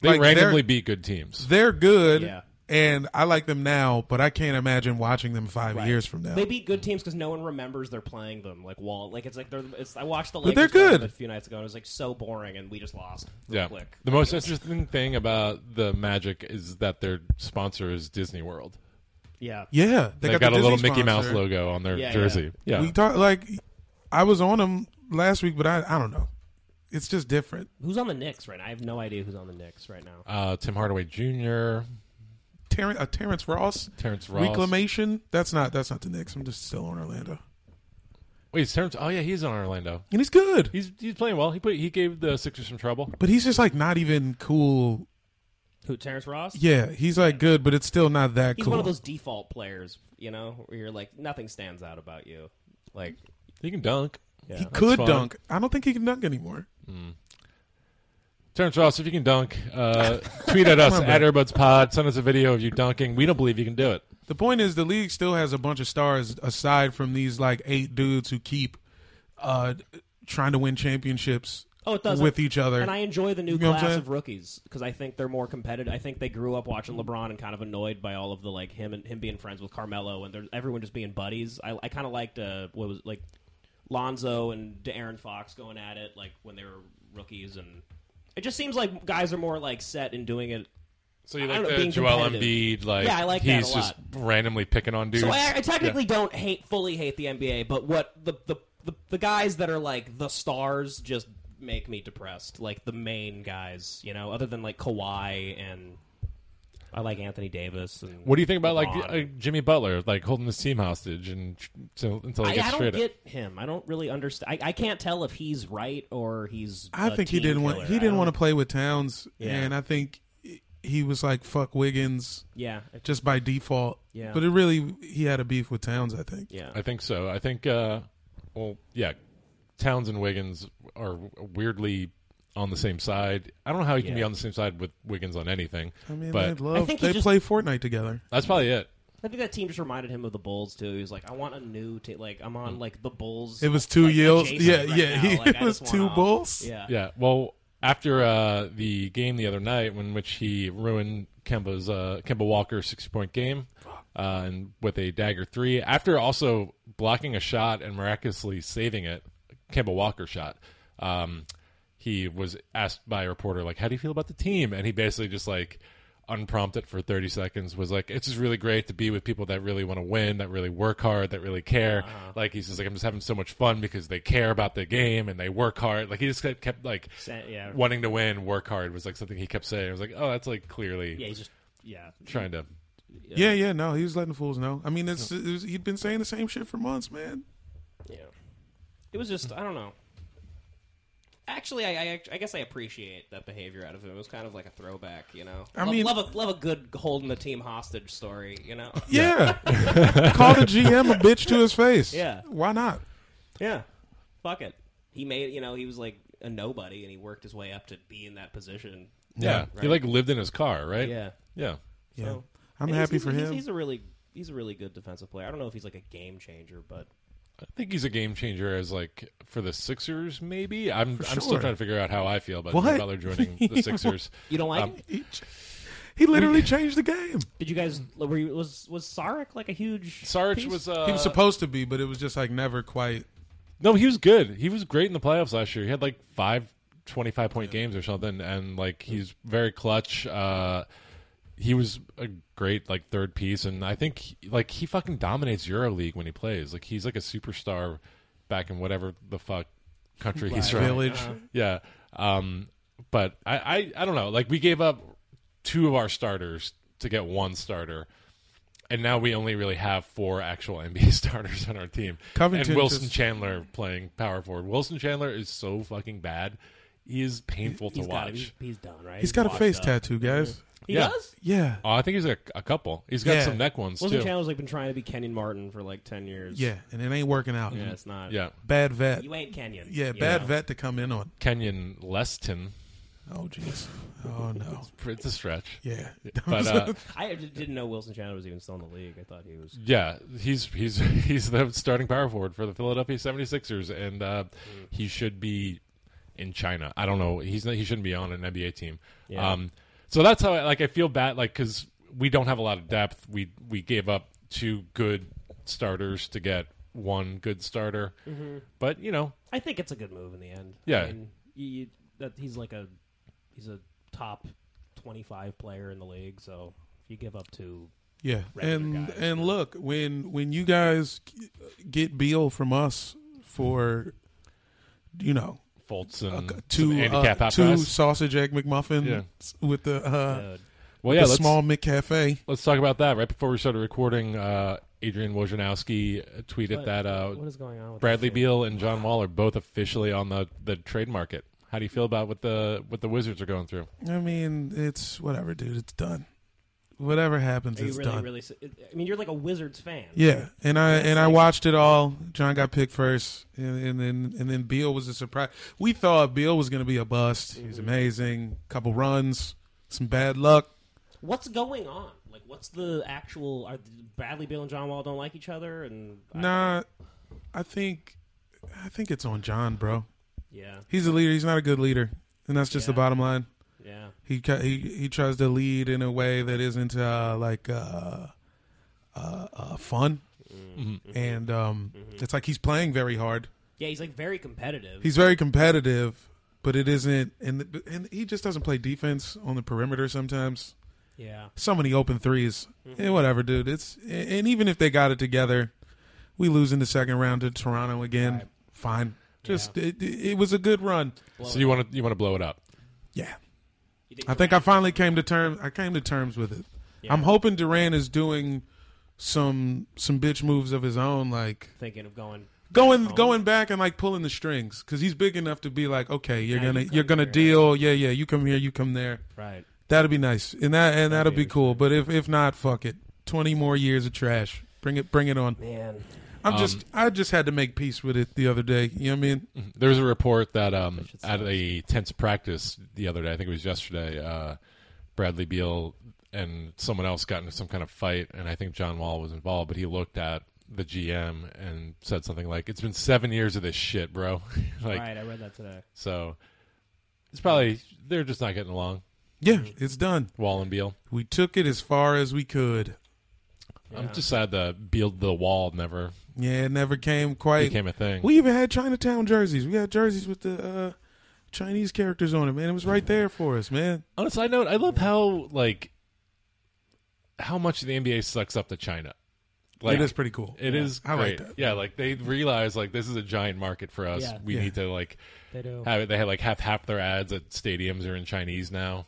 Speaker 2: They
Speaker 1: Like, they're-
Speaker 2: randomly beat good teams.
Speaker 1: they're good,
Speaker 3: Yeah.
Speaker 1: and I like them now, but I can't imagine watching them five
Speaker 3: Right.
Speaker 1: years from now.
Speaker 3: They beat good teams because no one remembers they're playing them. Like Wall, like it's like they're. It's, I watched the
Speaker 1: But
Speaker 3: Lakers
Speaker 1: they're
Speaker 3: play
Speaker 1: good.
Speaker 3: them a few nights ago, and it was like so boring, and we just lost. Real
Speaker 2: Yeah.
Speaker 3: quick.
Speaker 2: The most interesting thing about the Magic is that their sponsor is Disney World.
Speaker 3: Yeah,
Speaker 1: yeah,
Speaker 2: They,
Speaker 1: the
Speaker 2: got, a
Speaker 1: Disney
Speaker 2: little Mickey Mouse
Speaker 1: sponsor.
Speaker 2: logo on their
Speaker 3: Yeah,
Speaker 2: jersey. Yeah.
Speaker 1: We talk like I was on them last week, but I I don't know. It's just different.
Speaker 3: Who's on the Knicks right now? I have no idea who's on the Knicks right now.
Speaker 2: Uh, Tim Hardaway Jr.,
Speaker 1: Terren uh, Terrence Ross,
Speaker 2: Terrence Ross.
Speaker 1: Reclamation. That's not that's not the Knicks. I'm just still on Orlando,
Speaker 2: Wait, it's Terrence. Oh yeah, he's on Orlando.
Speaker 1: and he's good,
Speaker 2: He's he's playing well. He put he gave the Sixers some trouble.
Speaker 1: but he's just like not even cool.
Speaker 3: Who? Terrence Ross?
Speaker 1: Yeah, he's like good, but it's still not that
Speaker 3: He's
Speaker 1: cool.
Speaker 3: one of those default players, you know, where you're like nothing stands out about you. Like
Speaker 2: He can dunk.
Speaker 1: he
Speaker 3: Yeah.
Speaker 1: could
Speaker 2: fine.
Speaker 1: dunk. I don't think he can dunk anymore.
Speaker 2: Terrence Ross, if you can dunk, uh, tweet at us
Speaker 1: Come on,
Speaker 2: at
Speaker 1: bro.
Speaker 2: AirbudsPod. Pod. Send us a video of you dunking. We don't believe you can do it.
Speaker 1: The point is, the league still has a bunch of stars aside from these like eight dudes who keep uh, trying to win championships
Speaker 3: Oh, it doesn't.
Speaker 1: with each other.
Speaker 3: And I enjoy the new
Speaker 1: You know what I'm
Speaker 3: class
Speaker 1: saying?
Speaker 3: of rookies because I think they're more competitive. I think they grew up watching LeBron and kind of annoyed by all of the like him and him being friends with Carmelo and they're- everyone just being buddies. I, I kind of liked uh, what was like Lonzo and De'Aaron Fox going at it like when they were rookies, and it just seems like guys are more like set in doing it.
Speaker 2: So you
Speaker 3: I
Speaker 2: like
Speaker 3: don't know,
Speaker 2: the
Speaker 3: being
Speaker 2: Joel
Speaker 3: competitive.
Speaker 2: Embiid? Like
Speaker 3: Yeah, I like that
Speaker 2: he's
Speaker 3: a
Speaker 2: just randomly picking on dudes.
Speaker 3: So I, I technically don't hate fully hate the NBA, but what the, the the the guys that are like the stars just make me depressed. Like the main guys, you know, other than like Kawhi and I like Anthony Davis. And
Speaker 2: What do you think about like
Speaker 3: LeBron.
Speaker 2: uh, Jimmy Butler, like holding his team hostage and until until he
Speaker 3: I,
Speaker 2: gets
Speaker 3: I don't
Speaker 2: straight?
Speaker 3: get him. I don't really understand. I, I can't tell if he's right or he's.
Speaker 1: I
Speaker 3: a
Speaker 1: think he
Speaker 3: team
Speaker 1: didn't want
Speaker 3: killer.
Speaker 1: he
Speaker 3: I
Speaker 1: didn't
Speaker 3: don't-
Speaker 1: want to play with Towns,
Speaker 3: Yeah.
Speaker 1: and I think he was like fuck Wiggins
Speaker 3: Yeah,
Speaker 1: just by default.
Speaker 3: Yeah.
Speaker 1: But it really he had a beef with Towns, I think.
Speaker 3: yeah.
Speaker 2: I think so. I think, uh, well, yeah, Towns and Wiggins are weirdly on the same side. I don't know how you can
Speaker 3: Yeah.
Speaker 2: be on the same side with Wiggins on anything,
Speaker 1: I mean,
Speaker 2: but
Speaker 1: they love
Speaker 3: think he
Speaker 1: they
Speaker 3: just-
Speaker 1: play Fortnite together.
Speaker 2: that's probably it.
Speaker 3: I think that team just reminded him of the Bulls too. He was like, "I want a new team. Like I'm on like the Bulls."
Speaker 1: Mm. It was two
Speaker 3: like,
Speaker 1: yields.
Speaker 3: adjacent
Speaker 1: Yeah,
Speaker 3: right
Speaker 1: yeah,
Speaker 3: now.
Speaker 1: he-
Speaker 3: Like,
Speaker 1: it
Speaker 3: I
Speaker 1: was
Speaker 3: just want
Speaker 1: two
Speaker 3: off.
Speaker 1: Bulls?
Speaker 3: Yeah,
Speaker 2: Yeah. Well, after uh, the game the other night, when which he ruined Kemba's uh, Kemba Walker sixty point game, uh, and with a dagger three. After also blocking a shot and miraculously saving it, Kemba Walker shot. Um, he was asked by a reporter like, "How do you feel about the team?" And he basically just like unprompted for 30 seconds was like it's just really great to be with people that really want to win that really work hard that really care
Speaker 3: Uh-huh.
Speaker 2: like he's just like i'm just having so much fun because they care about the game and they work hard like he just kept, kept like
Speaker 3: Sa- yeah.
Speaker 2: wanting to win work hard was like something he kept saying i was like oh that's like clearly
Speaker 3: yeah. He's just yeah.
Speaker 2: trying to
Speaker 1: Yeah, yeah, no, he was letting fools know. I mean, it's, it was, he'd been saying the same shit for months, man.
Speaker 3: Yeah. It was just I don't know. Actually, I, I act- I guess I appreciate that behavior out of him. It was kind of like a throwback, you know.
Speaker 1: I
Speaker 3: Love-
Speaker 1: mean-
Speaker 3: love a love a good holding the team hostage story, you know.
Speaker 1: Yeah. Call the GM a bitch to his face.
Speaker 3: Yeah.
Speaker 1: Why not?
Speaker 3: yeah. Fuck it. He made you know he was like a nobody and he worked his way up to be in that position.
Speaker 2: yeah,
Speaker 3: Right.
Speaker 2: he like lived in his car right
Speaker 3: Yeah.
Speaker 2: yeah
Speaker 1: Yeah.
Speaker 3: So-
Speaker 1: I'm
Speaker 3: And he's-
Speaker 1: happy
Speaker 3: he's-
Speaker 1: for
Speaker 3: he's-
Speaker 1: him.
Speaker 3: He's a really he's a really good defensive player. I don't know if he's like a game changer, but
Speaker 2: i think he's a game changer as like for the sixers maybe i'm i'm still
Speaker 1: sure.
Speaker 2: trying to figure out how i feel about
Speaker 1: What?
Speaker 2: Jimmy Butler joining the sixers
Speaker 3: you don't like.
Speaker 2: Um,
Speaker 1: he,
Speaker 3: it?
Speaker 1: he literally changed the game.
Speaker 3: Did you guys were you, was was Sarek like a huge
Speaker 2: sarge
Speaker 3: piece?
Speaker 2: was uh
Speaker 1: he was supposed to be, but it was just like never quite.
Speaker 2: No, he was good. He was great in the playoffs last year. He had like five 25 point games or something, and like he's very clutch. Uh, he was a great like third piece, and I think like he fucking dominates EuroLeague when he plays. Like he's like a superstar back in whatever the fuck country he's from.
Speaker 1: Village.
Speaker 3: Uh,
Speaker 2: Yeah. Um, but I, I, I don't know. Like we gave up two of our starters to get one starter, and now we only really have four actual NBA starters on our team.
Speaker 1: Covington
Speaker 2: and Wilson
Speaker 1: just-
Speaker 2: Chandler playing power forward. Wilson Chandler is so fucking bad. He is painful to
Speaker 3: He's got
Speaker 2: watch.
Speaker 3: it. He's, he's done, right?
Speaker 1: He's got a
Speaker 3: washed
Speaker 1: face
Speaker 3: up.
Speaker 1: tattoo, guys.
Speaker 3: He
Speaker 2: Yeah.
Speaker 3: does.
Speaker 1: Yeah.
Speaker 2: Oh, I think he's a, a couple. He's got
Speaker 1: Yeah.
Speaker 2: some neck ones
Speaker 3: Wilson
Speaker 2: too.
Speaker 3: Chandler's like been trying to be Kenyon Martin for like ten years.
Speaker 1: Yeah. And it ain't working out.
Speaker 3: yeah, it's not.
Speaker 2: yeah,
Speaker 1: Bad vet.
Speaker 3: you ain't Kenyon.
Speaker 1: Yeah,
Speaker 3: you
Speaker 1: bad
Speaker 3: know?
Speaker 1: vet to come in on.
Speaker 2: Kenyon Leston.
Speaker 1: Oh jeez. Oh no.
Speaker 2: It's a stretch.
Speaker 1: Yeah.
Speaker 2: But uh,
Speaker 3: I d- didn't know Wilson Chandler was even still in the league. I thought he was.
Speaker 2: yeah, he's he's he's the starting power forward for the Philadelphia 76ers and uh,
Speaker 3: Mm.
Speaker 2: he should be in China. I don't know. He's not, he shouldn't be on an NBA team.
Speaker 3: Yeah.
Speaker 2: Um so that's how I like I feel bad like cuz we don't have a lot of depth. We we gave up two good starters to get one good starter. But, you know,
Speaker 3: Mm-hmm. I think it's a good move in the end.
Speaker 2: Yeah.
Speaker 3: I mean, you, you, that he's like a he's a top twenty five player in the league. So if you give up two,
Speaker 1: Yeah,
Speaker 3: regular
Speaker 1: and
Speaker 3: guys.
Speaker 1: and look when when you guys g- get Beal from us for, you know,
Speaker 2: Fultz
Speaker 1: a,
Speaker 2: and
Speaker 1: c-
Speaker 2: Mm-hmm. some
Speaker 1: two
Speaker 2: Andy
Speaker 1: uh,
Speaker 2: Kapp
Speaker 1: two
Speaker 2: half-ass.
Speaker 1: sausage egg McMuffin with the uh,
Speaker 3: uh,
Speaker 2: Well, yeah,
Speaker 1: the
Speaker 2: let's
Speaker 1: small McCafe.
Speaker 2: let's talk about that. Right before we started recording, uh, Adrian Wojnarowski tweeted
Speaker 3: What-
Speaker 2: that
Speaker 1: oh,
Speaker 2: uh,
Speaker 3: what is going on? With
Speaker 2: Bradley
Speaker 3: this thing?
Speaker 2: Beal and John Wall are both officially on the, the trade market. How do you feel about what the what the Wizards are going through?
Speaker 1: I mean, it's whatever, dude. It's done. Whatever happens,
Speaker 3: Are you
Speaker 1: it's
Speaker 3: really,
Speaker 1: done.
Speaker 3: really? s- I mean, you're like a Wizards fan.
Speaker 1: Yeah, and I and I watched it all. John got picked first, and, and then and then Beal was a surprise. We thought Beal was going to be a bust. He
Speaker 2: Mm-hmm.
Speaker 1: was amazing. Couple runs, some bad luck.
Speaker 3: What's going on? Like, what's the actual? Are Bradley Beal and John Wall don't like each other? And I-
Speaker 1: Nah, I think I think it's on John, bro.
Speaker 3: yeah,
Speaker 1: He's a leader. He's not a good leader, and that's just the
Speaker 3: Yeah.
Speaker 1: bottom line.
Speaker 3: yeah.
Speaker 1: He ca- he he tries to lead in a way that isn't uh, like uh, uh, uh, fun,
Speaker 3: Hmm.
Speaker 2: Mm-hmm.
Speaker 1: and um, it's like he's playing very hard.
Speaker 3: Yeah, he's like very competitive.
Speaker 1: He's very competitive, but it isn't, and and he just doesn't play defense on the perimeter sometimes.
Speaker 3: yeah.
Speaker 1: So many open 3s
Speaker 3: Mm-hmm.
Speaker 1: and whatever, dude. It's and even if they got it together, we lose in the second round to Toronto again.
Speaker 3: Right.
Speaker 1: Fine, just it, it was a good run.
Speaker 3: Blow
Speaker 2: So
Speaker 3: it
Speaker 2: you
Speaker 3: up.
Speaker 2: want to you want to blow it up?
Speaker 1: Yeah,
Speaker 3: You think
Speaker 1: I think I finally came to terms. I came to terms with it.
Speaker 3: Yeah.
Speaker 1: I'm hoping Durant is doing some some bitch moves of his own, like
Speaker 3: thinking of going.
Speaker 1: going
Speaker 3: Oh.
Speaker 1: going back and like pulling the strings because he's big enough to be like, okay, you're
Speaker 3: Now
Speaker 1: gonna
Speaker 3: you come
Speaker 1: you are gonna
Speaker 3: here.
Speaker 1: deal. Yeah, yeah, you come here, you come there.
Speaker 3: Right.
Speaker 1: That'd be nice, and that and that'll
Speaker 3: That'd be
Speaker 1: be cool. But if if not, fuck it. Twenty more years of trash. Bring it, bring it on.
Speaker 3: Man.
Speaker 1: I'm just, I just had to make peace with it the other day. You know what I mean?
Speaker 2: Mm-hmm. There was a report that um,
Speaker 3: should
Speaker 2: at a tense practice the other day, I think it was yesterday, uh, Bradley Beal and someone else got into some kind of fight, and I think John Wall was involved, but he looked at the GM and said something like, "It's been seven years of this shit, bro." like
Speaker 3: right. I read that today.
Speaker 2: so, it's probably they're just not getting along.
Speaker 1: Yeah, it's done.
Speaker 2: Wall and Beal.
Speaker 1: We took it as far as we could.
Speaker 2: I'm
Speaker 3: Yeah.
Speaker 2: just sad the Beal the Wall never
Speaker 1: Yeah, it never came quite.
Speaker 2: became a thing.
Speaker 1: We even had Chinatown jerseys. We had jerseys with the uh, Chinese characters on it, man. It was right there for us, man.
Speaker 2: On a side note, I love how like how much the NBA sucks up to China. Like
Speaker 1: it is pretty cool.
Speaker 2: it is
Speaker 1: I like
Speaker 2: great.
Speaker 1: that.
Speaker 2: Yeah, like they realize like this is a giant market for us.
Speaker 3: Yeah.
Speaker 2: We
Speaker 1: Yeah.
Speaker 2: need to like
Speaker 3: They do.
Speaker 2: have it. They have like half half their ads at stadiums are in Chinese now.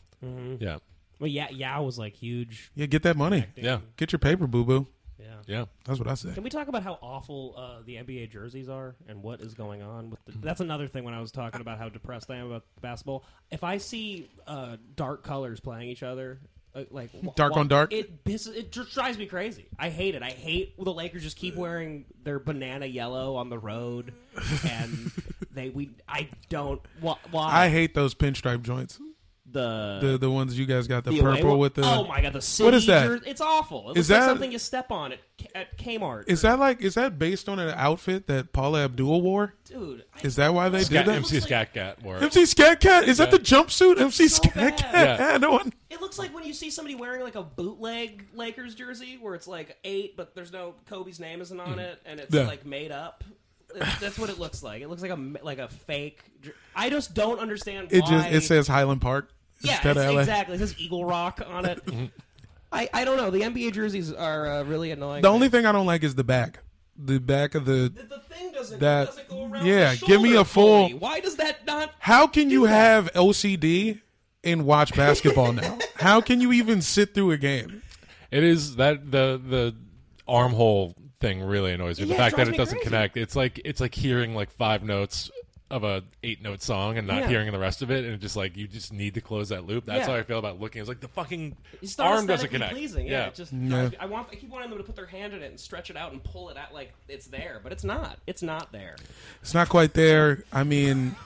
Speaker 2: Yeah,
Speaker 3: Well, yeah, Yao was like huge.
Speaker 1: Yeah, get that money.
Speaker 2: yeah,
Speaker 1: Get your paper, boo boo.
Speaker 3: Yeah.
Speaker 2: yeah.
Speaker 1: That's what I say.
Speaker 3: Can we talk about how awful uh, the NBA jerseys are and what is going on with the, That's another thing when I was talking about how depressed I am about basketball. If I see uh, dark colors playing each other, uh, like wh-
Speaker 1: Dark
Speaker 3: wh-
Speaker 1: on dark?
Speaker 3: it pisses, it just drives me crazy. I hate it. I hate the Lakers just keep wearing their banana yellow on the road, and they we I don't wh- why
Speaker 1: I hate those pinstripe joints.
Speaker 3: the
Speaker 1: The the ones you guys got the,
Speaker 3: the away
Speaker 1: purple
Speaker 3: one-
Speaker 1: with the.
Speaker 3: oh my god the city
Speaker 1: What is that?
Speaker 3: jer- it's awful. It
Speaker 1: Is
Speaker 3: looks like
Speaker 1: that-
Speaker 3: something you step on at, K- at Kmart.
Speaker 1: Is that like? Is that based on an outfit that Paula Abdul wore?
Speaker 3: Dude, I
Speaker 1: Is that why they
Speaker 2: Scat,
Speaker 1: did that?
Speaker 2: MC Scat Cat wore. it.
Speaker 1: MC Scat Cat? Is that the jumpsuit MC
Speaker 3: So
Speaker 1: Scat
Speaker 3: bad.
Speaker 1: Cat
Speaker 2: Yeah.
Speaker 1: had on?
Speaker 3: It looks like when you see somebody wearing like a bootleg Lakers jersey where it's like eight, but there's no Kobe's name isn't on it, and it's
Speaker 1: Hmm. Yeah.
Speaker 3: like made up. It- That's what it looks like. It looks like a m- like a fake. jer- I just don't understand.
Speaker 1: It
Speaker 3: why.
Speaker 1: just it says Highland Park
Speaker 3: yeah,
Speaker 1: instead
Speaker 3: it's-
Speaker 1: of Mm-hmm. LA.
Speaker 3: exactly. It says Eagle Rock on it. I, I don't know. The NBA jerseys are uh, really annoying.
Speaker 1: The only thing I don't like is the back. The back of the
Speaker 3: the thing doesn't
Speaker 1: that-
Speaker 3: doesn't go around.
Speaker 1: yeah,
Speaker 3: the
Speaker 1: give me
Speaker 3: shoulder
Speaker 1: a full-
Speaker 3: fully. Why does that not?
Speaker 1: How can you
Speaker 3: that.
Speaker 1: have OCD and watch basketball now? How can you even sit through a game?
Speaker 2: It is that the the armhole thing really annoys me. the
Speaker 3: Yeah, it
Speaker 2: fact that
Speaker 3: drives
Speaker 2: it
Speaker 3: me
Speaker 2: doesn't
Speaker 3: crazy.
Speaker 2: connect. It's like it's like hearing like five notes of a eight note song and not
Speaker 3: Yeah.
Speaker 2: hearing the rest of it, and it just like you just need to close that loop. That's
Speaker 3: Yeah.
Speaker 2: how I feel about looking. It's like the fucking
Speaker 3: It's not
Speaker 2: arm doesn't
Speaker 3: aesthetically
Speaker 2: connect.
Speaker 3: pleasing. Yeah, it just
Speaker 1: Yeah.
Speaker 3: I want. I keep wanting them to put their hand in it and stretch it out and pull it out like it's there, but it's not. It's not there.
Speaker 1: It's not quite there. I mean,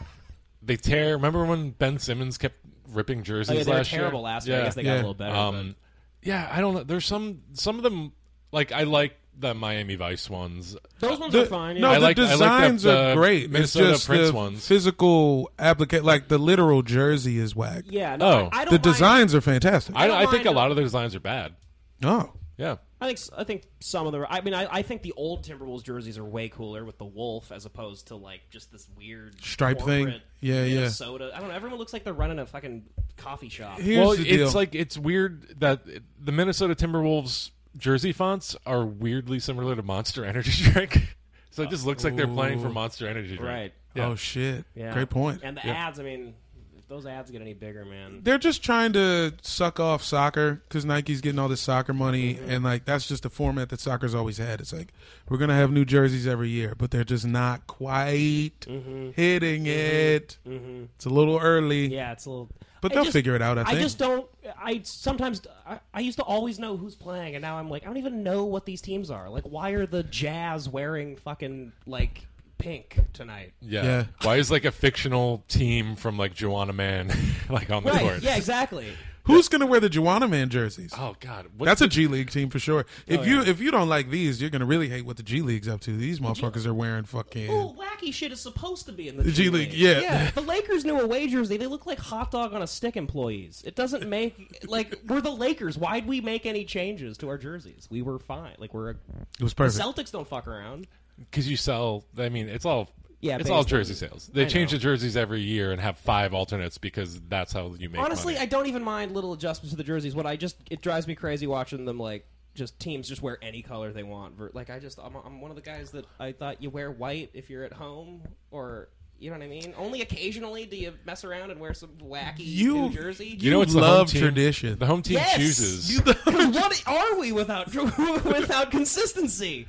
Speaker 2: they tear. Remember when Ben Simmons kept ripping
Speaker 3: Oh,
Speaker 2: jerseys
Speaker 3: yeah, they were
Speaker 2: last year.
Speaker 3: terrible last year.
Speaker 2: Yeah.
Speaker 3: I guess they got
Speaker 1: Yeah.
Speaker 3: a little better.
Speaker 2: Um, yeah, I don't know. There's some some of them like I like the Miami Vice ones.
Speaker 3: but those ones
Speaker 1: The-
Speaker 3: are fine.
Speaker 1: No,
Speaker 3: yeah.
Speaker 2: I
Speaker 1: the
Speaker 2: like- I like that
Speaker 1: designs
Speaker 2: the
Speaker 1: are great.
Speaker 2: Minnesota
Speaker 1: it's just
Speaker 2: Prince
Speaker 1: the
Speaker 2: ones.
Speaker 1: physical application, like the literal jersey is whack.
Speaker 3: yeah, no, I-
Speaker 2: Oh.
Speaker 3: I, don't
Speaker 1: The
Speaker 3: mind-
Speaker 1: designs are fantastic.
Speaker 2: I,
Speaker 3: don't
Speaker 2: I, think
Speaker 3: mind
Speaker 2: a
Speaker 3: them.
Speaker 2: lot of those lines are bad.
Speaker 1: oh,
Speaker 2: Yeah.
Speaker 3: I think s- I think some of the. I mean, I, I think the old Timberwolves jerseys are way cooler with the wolf as opposed to like just this weird
Speaker 1: Stripe thing.
Speaker 3: corporate
Speaker 1: Yeah, yeah.
Speaker 3: Minnesota. I don't know. Everyone looks like they're running a fucking coffee shop.
Speaker 1: here's
Speaker 2: well,
Speaker 1: the deal.
Speaker 2: it's like it's weird that the Minnesota Timberwolves jersey fonts are weirdly similar to Monster Energy drink. so it just looks like they're playing for Monster Energy drink.
Speaker 3: Right.
Speaker 2: Yeah.
Speaker 1: oh shit,
Speaker 3: Yeah.
Speaker 1: great point.
Speaker 3: And the ads. I mean, if those ads get any bigger, man.
Speaker 1: They're just trying to suck off soccer because Nike's getting all this soccer money,
Speaker 3: Mm-hmm.
Speaker 1: and like that's just the format that soccer's always had. It's like we're gonna have new jerseys every year, but they're just not quite hitting it. It's a little early.
Speaker 3: Mm-hmm. Yeah, it's a little.
Speaker 1: But
Speaker 3: I
Speaker 1: they'll
Speaker 3: just-
Speaker 1: figure it out, I think.
Speaker 3: just don't. I sometimes I, I used to always know who's playing, and now I'm like, I don't even know what these teams are. Like, why are the Jazz wearing fucking like pink tonight?
Speaker 2: Yeah.
Speaker 1: Yeah.
Speaker 2: Why is like a fictional team from like Joanna Man like on the
Speaker 3: Right?
Speaker 2: court?
Speaker 3: Yeah, exactly.
Speaker 1: Who's gonna wear the Juana Man jerseys?
Speaker 2: Oh God. What,
Speaker 1: That's a G League team for
Speaker 3: Oh,
Speaker 1: sure. If you if you don't like these, you're gonna really hate what the G League's up to. These motherfuckers are wearing fucking.
Speaker 3: Cool, wacky shit is supposed to be in the,
Speaker 1: G League, yeah.
Speaker 3: The Lakers' new away jersey, they look like hot dog on a stick employees. It doesn't make like we're the Lakers. Why'd we make any changes to our jerseys? We were fine. Like we're a,
Speaker 1: It was perfect.
Speaker 3: Celtics don't fuck around.
Speaker 2: because you sell. I mean, it's all
Speaker 3: Yeah,
Speaker 2: it's all
Speaker 3: based on-
Speaker 2: jersey sales. They
Speaker 3: I
Speaker 2: change
Speaker 3: know.
Speaker 2: the jerseys every year and have five alternates because that's how you make.
Speaker 3: Honestly, I
Speaker 2: money.
Speaker 3: don't even mind little adjustments to the jerseys. What I just it drives me crazy watching them like just teams just wear any color they want. Ver- Like I just I'm, I'm one of the guys that I thought you wear white if you're at home or you know what I mean. Only occasionally do you mess around and wear some wacky
Speaker 1: You-
Speaker 3: new jersey.
Speaker 2: you know it's the home
Speaker 1: love
Speaker 2: team-
Speaker 1: tradition.
Speaker 2: The home team
Speaker 3: Yes!
Speaker 2: chooses.
Speaker 3: what are we without without consistency?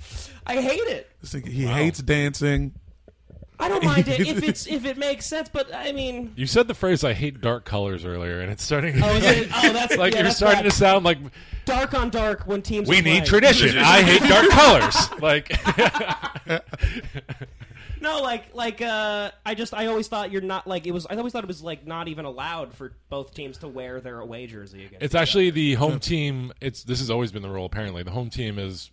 Speaker 3: I hate it.
Speaker 1: This nigga, he hates dancing.
Speaker 3: I don't mind it if it's if it makes sense, but I mean,
Speaker 2: you said the phrase "I hate dark colors" earlier, and it's starting. To,
Speaker 3: oh, is it, oh that's
Speaker 2: like
Speaker 3: yeah,
Speaker 2: you're
Speaker 3: that's
Speaker 2: starting
Speaker 3: bad.
Speaker 2: to sound like
Speaker 3: dark on dark when teams.
Speaker 2: we
Speaker 3: are
Speaker 2: need
Speaker 3: playing.
Speaker 2: tradition. I hate dark colors. Like
Speaker 3: No, like like uh, I just I always thought you're not like it was. I always thought it was like not even allowed for both teams to wear their away jersey again.
Speaker 2: It's actually the home team. It's this has always been the rule. Apparently, the home team is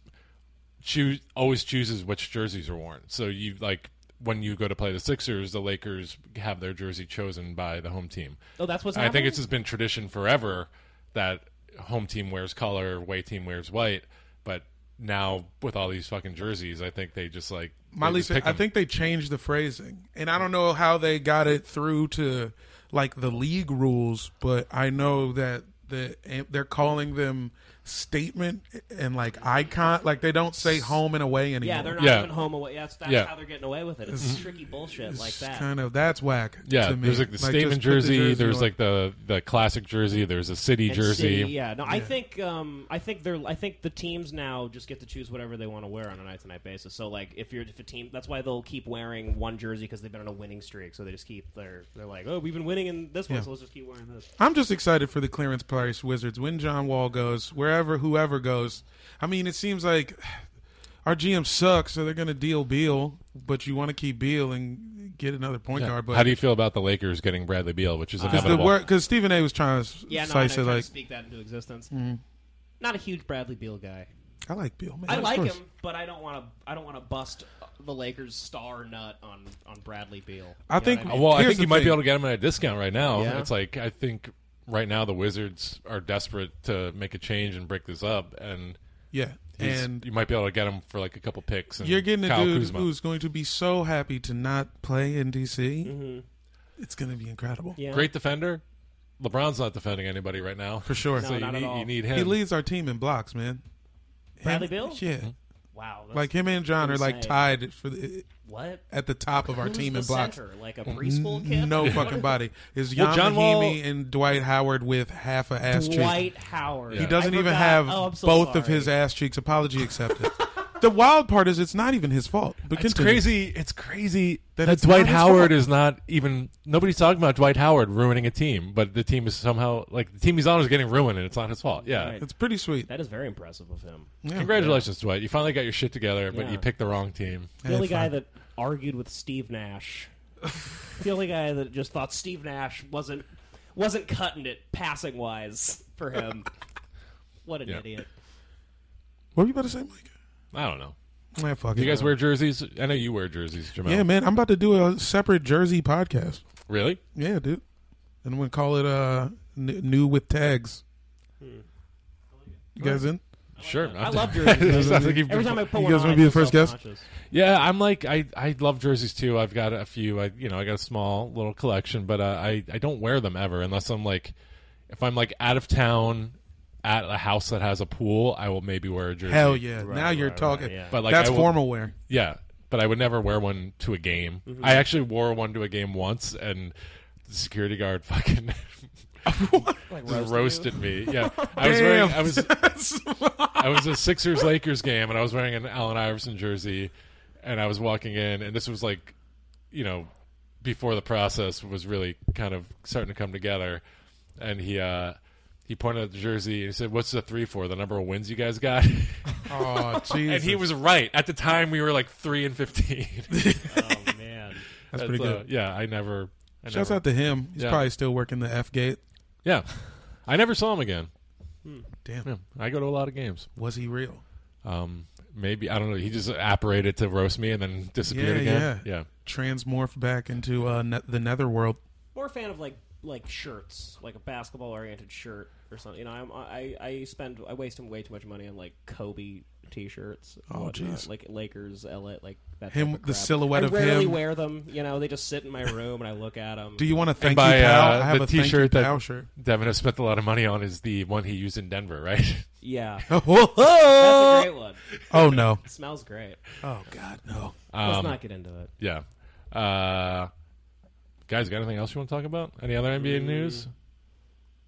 Speaker 2: choose always chooses which jerseys are worn. So you like when you go to play the Sixers, the Lakers have their jersey chosen by the home team.
Speaker 3: oh, that's what's.
Speaker 2: I think
Speaker 3: happening?
Speaker 2: it's just been tradition forever that home team wears color, away team wears white. But now with all these fucking jerseys, I think they just like
Speaker 1: My
Speaker 2: they just
Speaker 1: least,
Speaker 2: pick
Speaker 1: I
Speaker 2: 'em.
Speaker 1: think they changed the phrasing, and I don't know how they got it through to like the league rules, but I know that the they're calling them statement and like icon. Like they don't say home and away anymore.
Speaker 3: yeah, they're not
Speaker 2: Yeah.
Speaker 3: even home away. That's that's
Speaker 2: Yeah.
Speaker 3: how they're getting away with it. It's tricky bullshit like
Speaker 1: It's
Speaker 3: that.
Speaker 1: kind of that's whack.
Speaker 2: Yeah,
Speaker 1: to me.
Speaker 2: there's like the
Speaker 1: just
Speaker 2: statement
Speaker 1: put the
Speaker 2: jersey, There's
Speaker 1: on.
Speaker 2: like the the classic jersey. There's a city
Speaker 3: And
Speaker 2: jersey.
Speaker 3: see, yeah, no, I think um, I think they're I think the teams now just get to choose whatever they want to wear on a night to night basis. So like if you're if a team, that's why they'll keep wearing one jersey because they've been on a winning streak. So they just keep their they're like, oh, we've been winning in this one,
Speaker 1: Yeah.
Speaker 3: so let's just keep wearing this.
Speaker 1: I'm just excited for the clearance price Wizards when John Wall goes, wherever whoever goes. I mean, it seems like our GM sucks, so they're going to deal Beal, but you want to keep Beal and get another point guard. But
Speaker 2: How do you feel about the Lakers getting Bradley Beal, which is
Speaker 1: because Uh, the
Speaker 2: inevitable?
Speaker 1: word because Stephen A. was trying to yeah,
Speaker 3: Yeah, no, I know,
Speaker 1: it
Speaker 3: trying
Speaker 1: like
Speaker 3: to speak that into existence. Not a huge Bradley Beal guy.
Speaker 1: I like Beal. Man,
Speaker 3: I
Speaker 1: of
Speaker 3: like
Speaker 1: course.
Speaker 3: him, but I don't want to. I don't want to bust the Lakers' star nut on on Bradley Beal. You
Speaker 1: I
Speaker 3: know
Speaker 1: think-
Speaker 3: what mean?
Speaker 1: Here's
Speaker 2: Uh, Well, I think
Speaker 1: the
Speaker 2: you might be
Speaker 1: thing.
Speaker 2: able to get him at a discount right now.
Speaker 3: Yeah.
Speaker 2: It's like I think right now the Wizards are desperate to make a change and break this up, and
Speaker 1: Yeah,
Speaker 2: he's-
Speaker 1: and
Speaker 2: you might be able to get him for like a couple picks. And
Speaker 1: you're getting a
Speaker 2: Kyle
Speaker 1: dude
Speaker 2: Kuzma.
Speaker 1: who's going to be so happy to not play in DC. It's going to be incredible
Speaker 3: Mm-hmm. Yeah.
Speaker 2: great defender. LeBron's not defending anybody right now,
Speaker 1: for sure.
Speaker 2: so you
Speaker 3: not at
Speaker 2: need
Speaker 3: all.
Speaker 2: you need
Speaker 1: he
Speaker 2: him.
Speaker 1: leads our team in blocks, man. Him-
Speaker 3: Bradley Beal?
Speaker 1: yeah.
Speaker 3: Wow, that's,
Speaker 1: Like him and John are like
Speaker 3: insane.
Speaker 1: tied for the,
Speaker 3: what?
Speaker 1: at the top of our
Speaker 3: Who's
Speaker 1: team
Speaker 3: the
Speaker 1: in blocks.
Speaker 3: center? Like a preschool kid?
Speaker 1: No fucking body. Is
Speaker 2: Well,
Speaker 1: Jan
Speaker 2: John Wall-
Speaker 1: Mahimi and Dwight Howard with half a ass cheek?
Speaker 3: Dwight Howard.
Speaker 1: He doesn't
Speaker 3: I
Speaker 1: even
Speaker 3: forgot.
Speaker 1: have
Speaker 3: Oh, I'm so
Speaker 1: both of
Speaker 3: sorry.
Speaker 1: his ass cheeks. Apology accepted. the wild part is it's not even his fault. But
Speaker 2: It's
Speaker 1: continue.
Speaker 2: crazy. It's crazy that,
Speaker 1: it's
Speaker 2: Dwight
Speaker 1: not his
Speaker 2: Howard
Speaker 1: fault.
Speaker 2: is not even. Nobody's talking about Dwight Howard ruining a team, but the team is somehow like the team he's on is getting ruined, and it's not his fault. Yeah.
Speaker 3: Right.
Speaker 1: It's pretty sweet.
Speaker 3: That is very impressive of him.
Speaker 1: Yeah.
Speaker 2: Congratulations, Dwight. You finally got your shit together, but
Speaker 3: Yeah.
Speaker 2: you picked the wrong team.
Speaker 3: The only
Speaker 1: fine.
Speaker 3: guy that argued with Steve Nash. the only guy that just thought Steve Nash wasn't wasn't cutting it passing wise for him. what an
Speaker 2: Yeah.
Speaker 3: idiot!
Speaker 1: What were you about to say, Mike?
Speaker 2: I don't know.
Speaker 1: Man, fuck
Speaker 2: Do
Speaker 1: it,
Speaker 2: you guys
Speaker 1: man.
Speaker 2: wear jerseys? I know you wear jerseys, Jamel.
Speaker 1: Yeah, man. I'm about to do a separate jersey podcast.
Speaker 2: Really?
Speaker 1: Yeah, dude. And I'm gonna call it uh n- new with tags. You guys in?
Speaker 2: Sure.
Speaker 3: I
Speaker 2: I'm-
Speaker 3: love jerseys.
Speaker 2: Sounds like you've been-
Speaker 3: Every time I put
Speaker 1: You
Speaker 3: one
Speaker 1: guys
Speaker 3: on,
Speaker 1: wanna
Speaker 3: I
Speaker 1: be the
Speaker 3: feel
Speaker 1: first guest?
Speaker 3: self-conscious.
Speaker 2: Yeah, I'm like I I love jerseys too. I've got a few. I you know I got a small little collection, but uh, I I don't wear them ever unless I'm like if I'm like out of town at a house that has a pool. I will maybe wear a jersey.
Speaker 1: Hell yeah! now you're
Speaker 3: right,
Speaker 1: talking.
Speaker 3: yeah.
Speaker 2: But like
Speaker 1: That's
Speaker 2: I will-
Speaker 1: formal wear.
Speaker 2: Yeah, but I would never wear one to a game. I actually wore one to a game once, and the security guard fucking
Speaker 3: Like
Speaker 2: just
Speaker 3: roasted
Speaker 2: roasted me. Yeah, I was wearing I was I was a Sixers Lakers game, and I was wearing an Allen Iverson jersey, and I was walking in, and this was like, you know, before the process was really kind of starting to come together, and he. uh he pointed at the jersey and he said, "What's the three for? The number of wins you guys got?"
Speaker 1: oh Jesus!
Speaker 2: and he was right. At the time, we were like three and fifteen.
Speaker 3: Oh man,
Speaker 1: That's pretty
Speaker 2: uh,
Speaker 1: good.
Speaker 2: yeah, I never. I
Speaker 1: Shouts
Speaker 2: never-
Speaker 1: out to him. He's
Speaker 2: Yeah.
Speaker 1: probably still working the F gate.
Speaker 2: Yeah, I never saw him again.
Speaker 1: Damn,
Speaker 2: Yeah, I go to a lot of games.
Speaker 1: was he real?
Speaker 2: Um, maybe I don't know. He just apparated to roast me and then disappeared
Speaker 1: Yeah,
Speaker 2: again. Yeah.
Speaker 1: Transmorph back into uh, ne- the netherworld.
Speaker 3: more a fan of like like shirts, like a basketball oriented shirt or something. You know, I'm, I I spend I waste way too much money on like Kobe t-shirts. and
Speaker 1: Oh,
Speaker 3: whatnot,
Speaker 1: jeez.
Speaker 3: like Lakers, LA, like that.
Speaker 1: Him-
Speaker 3: type of
Speaker 1: the
Speaker 3: crap.
Speaker 1: silhouette
Speaker 3: I
Speaker 1: of
Speaker 3: rarely
Speaker 1: him.
Speaker 3: wear them. You know, they just sit in my room and I look at them.
Speaker 1: Do you want to thank
Speaker 2: by,
Speaker 1: you, pal? I
Speaker 2: uh,
Speaker 1: have
Speaker 2: the
Speaker 1: a thank you,
Speaker 2: t-shirt that-
Speaker 1: pal shirt.
Speaker 2: Devin has spent a lot of money on is the one he used in Denver, right?
Speaker 3: yeah,
Speaker 1: oh
Speaker 3: that's a great one.
Speaker 1: no!
Speaker 3: smells great.
Speaker 1: Oh god, no!
Speaker 2: Um,
Speaker 3: Let's not get into it.
Speaker 2: yeah. Uh, guys, got anything else you want to talk about? Any other NBA
Speaker 1: Mm.
Speaker 2: news?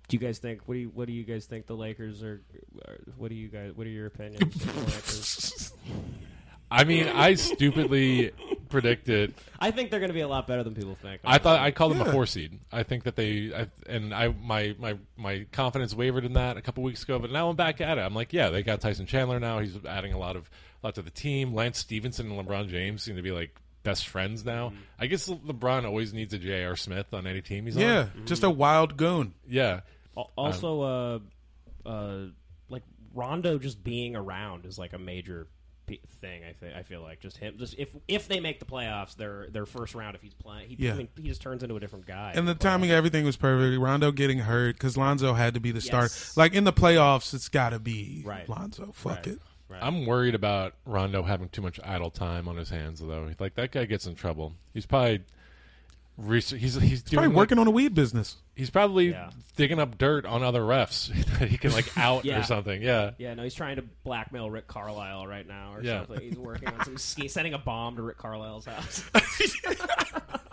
Speaker 3: Do you guys think what do you what do you guys think the Lakers are? are- What do you guys? What are your opinions? on the Lakers?
Speaker 2: I mean, I stupidly predicted
Speaker 3: I think they're going to be a lot better than people think.
Speaker 2: I thought I called them
Speaker 1: Yeah.
Speaker 2: a four seed. I think that they I, and I my my my confidence wavered in that a couple weeks ago, but now I'm back at it. I'm like, yeah, they got Tyson Chandler now. He's adding a lot of lot to the team. Lance Stevenson and LeBron James seem to be like best friends now.
Speaker 1: Mm-hmm.
Speaker 2: I guess Le- LeBron always needs a J.R. Smith on any team he's
Speaker 1: Yeah,
Speaker 2: on.
Speaker 1: just a wild goon.
Speaker 2: Yeah,
Speaker 3: Al- Also, uh, uh, like Rondo just being around is like a major p- thing. I think I feel like just him. Just if if they make the playoffs, their their first round. If he's playing, he, I
Speaker 1: Yeah.
Speaker 3: mean, he just turns into a different guy.
Speaker 1: And the timing of everything was perfect. Rondo getting hurt because Lonzo had to be the star.
Speaker 3: Yes.
Speaker 1: Like in the playoffs, it's got to be
Speaker 3: Right.
Speaker 1: Lonzo. Fuck
Speaker 3: Right.
Speaker 1: it.
Speaker 2: I'm worried about Rondo having too much idle time on his hands though. Like that guy gets in trouble. He's probably. Research, he's he's, doing
Speaker 1: Probably
Speaker 2: like-
Speaker 1: working on a weed business.
Speaker 2: He's probably
Speaker 3: Yeah.
Speaker 2: digging up dirt on other refs that he can like out
Speaker 3: Yeah.
Speaker 2: or something. Yeah.
Speaker 3: yeah, no, he's trying to blackmail Rick Carlisle right now or
Speaker 2: Yeah.
Speaker 3: something. He's working on some ski, sending a bomb to Rick Carlisle's house.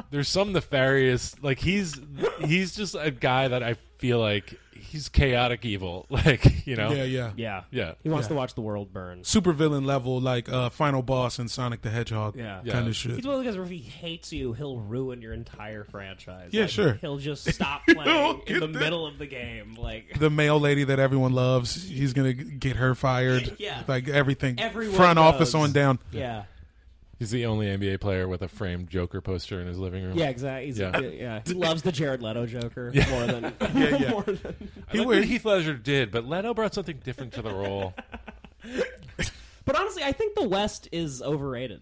Speaker 2: There's some nefarious like he's he's just a guy that I feel like he's chaotic evil. Like, you know.
Speaker 1: Yeah, yeah.
Speaker 3: yeah,
Speaker 2: Yeah.
Speaker 3: He wants to watch the world burn.
Speaker 1: Super villain level, like uh, final boss in Sonic the Hedgehog.
Speaker 3: Yeah.
Speaker 1: kind
Speaker 2: Yeah.
Speaker 1: of shit.
Speaker 3: He's one of those guys where if he hates you, he'll ruin your entire franchise.
Speaker 1: Yeah,
Speaker 3: Like,
Speaker 1: sure.
Speaker 3: He'll just stop playing in
Speaker 1: get
Speaker 3: the
Speaker 1: that.
Speaker 3: middle of the game. Like
Speaker 1: The male lady that everyone loves, he's gonna get her fired.
Speaker 3: Yeah.
Speaker 1: like everything.
Speaker 3: Everyone
Speaker 1: front
Speaker 3: knows.
Speaker 1: office on down.
Speaker 3: Yeah.
Speaker 2: He's the only NBA player with a framed Joker poster in his living room.
Speaker 3: Yeah, exactly. He's-
Speaker 2: Yeah.
Speaker 3: yeah. He loves the Jared Leto Joker more than
Speaker 1: Yeah, yeah.
Speaker 3: more than-
Speaker 2: He like
Speaker 1: would-
Speaker 2: what Heath Ledger did, but Leto brought something different to the role.
Speaker 3: But honestly, I think the West is overrated.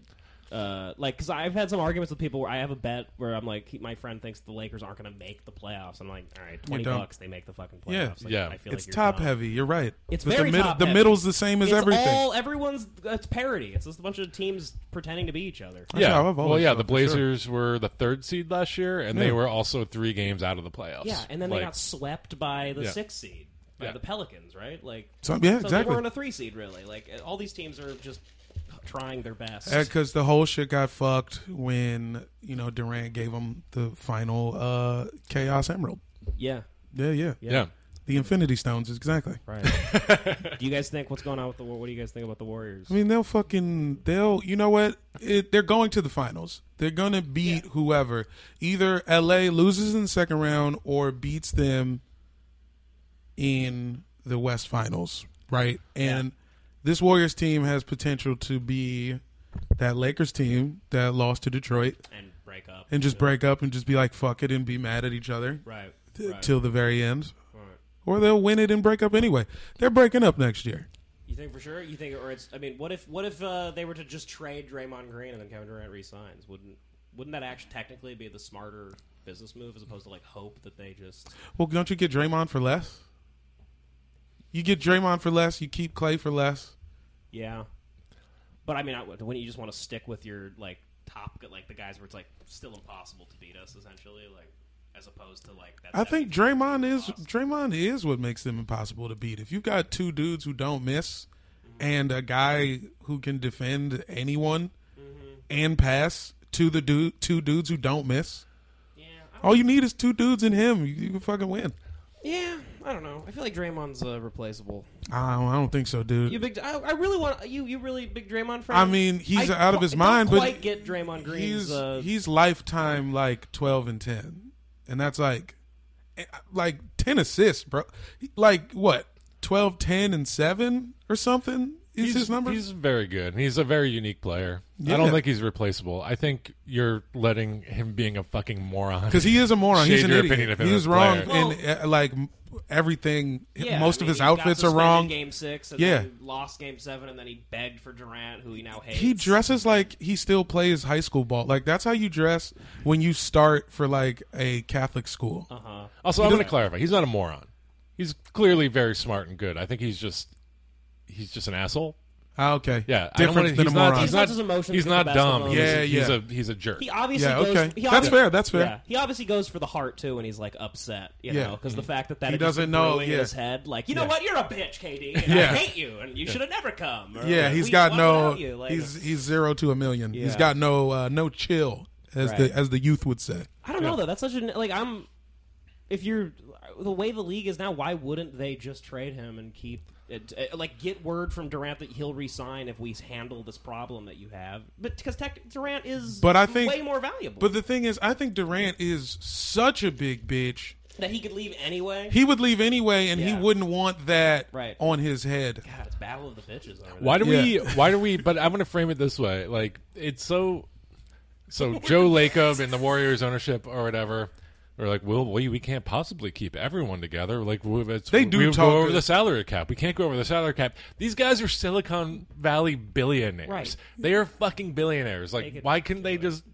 Speaker 3: Uh, like, because I've had some arguments with people where I have a bet where I'm like, he- my friend thinks the Lakers aren't going to make the playoffs. I'm like, all right, twenty
Speaker 1: dumb.
Speaker 3: bucks, they make the fucking
Speaker 1: Yeah.
Speaker 3: playoffs. Like,
Speaker 2: Yeah.
Speaker 3: I feel
Speaker 1: It's
Speaker 3: like you're
Speaker 1: top
Speaker 3: dumb.
Speaker 1: heavy. You're right.
Speaker 3: It's
Speaker 1: But
Speaker 3: very
Speaker 1: the middle,
Speaker 3: top
Speaker 1: The
Speaker 3: heavy.
Speaker 1: middle's the same as
Speaker 3: It's
Speaker 1: everything.
Speaker 3: all everyone's. It's parody. It's just a bunch of teams pretending to be each other.
Speaker 2: yeah.
Speaker 1: how I've always
Speaker 2: well, yeah,
Speaker 1: felt,
Speaker 2: the
Speaker 1: for sure.
Speaker 2: Blazers were the third seed last year, and they
Speaker 1: Yeah.
Speaker 2: were also three games out of the playoffs.
Speaker 3: Yeah, and then they
Speaker 2: Like,
Speaker 3: got swept by the
Speaker 2: Yeah.
Speaker 3: sixth seed, by
Speaker 2: Yeah.
Speaker 3: the Pelicans, right? Like,
Speaker 1: So- yeah,
Speaker 3: so
Speaker 1: exactly.
Speaker 3: They weren't a three seed, really. Like, all these teams are just trying their best.
Speaker 1: Because Uh, the whole shit got fucked when you know Durant gave him the final uh, Chaos Emerald.
Speaker 3: yeah,
Speaker 1: Yeah, yeah,
Speaker 2: yeah.
Speaker 1: The Infinity Stones, exactly.
Speaker 3: right. do you guys think what's going on with the? War- What do you guys think about the Warriors?
Speaker 1: I mean, they'll fucking they'll. You know what? It, they're going to the finals. They're gonna beat whoever. Either L.A. loses in the second round or beats them in the West Finals, right? And this Warriors team has potential to be that Lakers team that lost to Detroit
Speaker 3: and break up
Speaker 1: and just break up and just be like fuck it and be mad at each other.
Speaker 3: right.
Speaker 1: till the very end, or they'll win it and break up anyway. They're breaking up next year.
Speaker 3: You think for sure? You think, or it's? I mean, what if what if uh, they were to just trade Draymond Green and then Kevin Durant resigns? Wouldn't wouldn't that actually technically be the smarter business move as opposed to like hope that they just?
Speaker 1: Well, don't you get Draymond for less? You get Draymond for less. You keep Clay for less.
Speaker 3: Yeah. But I mean, I, wouldn't you just want to stick with your like top, like the guys where it's like still impossible to beat us, essentially, like as opposed to like that.
Speaker 1: I think
Speaker 3: 70%
Speaker 1: Draymond is
Speaker 3: loss.
Speaker 1: Draymond is what makes them impossible to beat. If you've got two dudes who don't miss and a guy who can defend anyone and pass to the dude two dudes who don't miss,
Speaker 3: Yeah, I don't,
Speaker 1: all you need is two dudes and him. You, you can fucking win.
Speaker 3: yeah. I don't know. I feel like Draymond's uh, replaceable.
Speaker 1: I don't, I don't think so, dude.
Speaker 3: You big. I, I really want you. You really big Draymond fan.
Speaker 1: I mean, he's
Speaker 3: I
Speaker 1: out of
Speaker 3: qui-
Speaker 1: his
Speaker 3: don't
Speaker 1: mind, but
Speaker 3: quite get Draymond Green's.
Speaker 1: he's
Speaker 3: uh,
Speaker 1: he's lifetime like 12 and 10 and that's like eh, like 10 assists bro like what 12 10 and 7 or something is
Speaker 2: he's,
Speaker 1: his number
Speaker 2: He's very good. He's a very unique player. I
Speaker 1: Yeah.
Speaker 2: don't think he's replaceable. I think you're letting him being a fucking moron.
Speaker 1: because he is a moron he's
Speaker 2: Shade
Speaker 1: an
Speaker 2: your
Speaker 1: idiot
Speaker 2: opinion of him
Speaker 1: he was
Speaker 2: as a
Speaker 1: wrong
Speaker 2: player.
Speaker 1: in uh, like m- everything
Speaker 3: yeah,
Speaker 1: most of
Speaker 3: I mean,
Speaker 1: his
Speaker 3: he got
Speaker 1: outfits are
Speaker 3: suspended
Speaker 1: wrong
Speaker 3: Game six, and
Speaker 1: Yeah.
Speaker 3: then lost game seven, and then he begged for Durant, who he now hates.
Speaker 1: he dresses like he still plays high school ball like that's how you dress when you start for like a catholic school
Speaker 3: Uh huh.
Speaker 2: also, I'm going to clarify. He's not a moron. He's clearly very smart and good. I think he's just he's just an asshole.
Speaker 1: Ah, okay
Speaker 2: Yeah, I
Speaker 1: different
Speaker 2: don't wanna-
Speaker 1: than
Speaker 2: he's
Speaker 1: a
Speaker 2: not,
Speaker 1: moron
Speaker 2: He's
Speaker 3: He
Speaker 2: not,
Speaker 3: lets his emotions
Speaker 2: he's
Speaker 3: get the
Speaker 2: not
Speaker 3: best of
Speaker 2: dumb.
Speaker 3: him.
Speaker 2: He's, a,
Speaker 1: Yeah,
Speaker 2: he's
Speaker 1: yeah.
Speaker 2: a he's a jerk.
Speaker 3: He obviously
Speaker 1: Yeah,
Speaker 3: goes.
Speaker 1: okay.
Speaker 3: he
Speaker 1: That's
Speaker 3: obviously-
Speaker 1: fair, that's fair.
Speaker 3: Yeah, he obviously goes for the heart too, and he's like upset. You
Speaker 1: Yeah. Mm.
Speaker 3: know, because the fact that that
Speaker 1: He
Speaker 3: had just
Speaker 1: doesn't
Speaker 3: been
Speaker 1: know,
Speaker 3: brewing in
Speaker 1: yeah.
Speaker 3: his head, like you know what, you're a bitch, KD. And
Speaker 1: Yeah.
Speaker 3: I hate you, and you should have never come. or,
Speaker 1: Yeah,
Speaker 3: like,
Speaker 1: he's
Speaker 3: we
Speaker 1: got
Speaker 3: won
Speaker 1: no.
Speaker 3: without you, like-
Speaker 1: he's he's zero to a million. He's
Speaker 3: Yeah.
Speaker 1: got no uh, no chill, as
Speaker 3: Right.
Speaker 1: the as the youth would say.
Speaker 3: I don't know though. That's such an like I'm. If you're the way the league is now, why wouldn't they just trade him and keep it, uh, like get word from Durant that he'll resign if we handle this problem that you have? But because tech, Durant is
Speaker 1: But I think-
Speaker 3: way more valuable.
Speaker 1: But the thing is, I think Durant is such a big bitch.
Speaker 3: that he could leave anyway.
Speaker 1: He would leave anyway, and he
Speaker 3: Yeah.
Speaker 1: wouldn't want that
Speaker 3: Right.
Speaker 1: on his head.
Speaker 3: God, it's battle of the bitches. over
Speaker 2: Why do we?
Speaker 1: Yeah.
Speaker 2: Why do we? But I'm going to frame it this way: like it's so. So Joe Lacob and the Warriors ownership or whatever, are like, well, we we can't possibly keep everyone together. Like we, it's,
Speaker 1: They do
Speaker 2: we would
Speaker 1: talk-
Speaker 2: go over the salary cap. We can't go over the salary cap. These guys are Silicon Valley billionaires.
Speaker 3: Right.
Speaker 2: They are fucking billionaires. Like,
Speaker 3: could
Speaker 2: why couldn't they just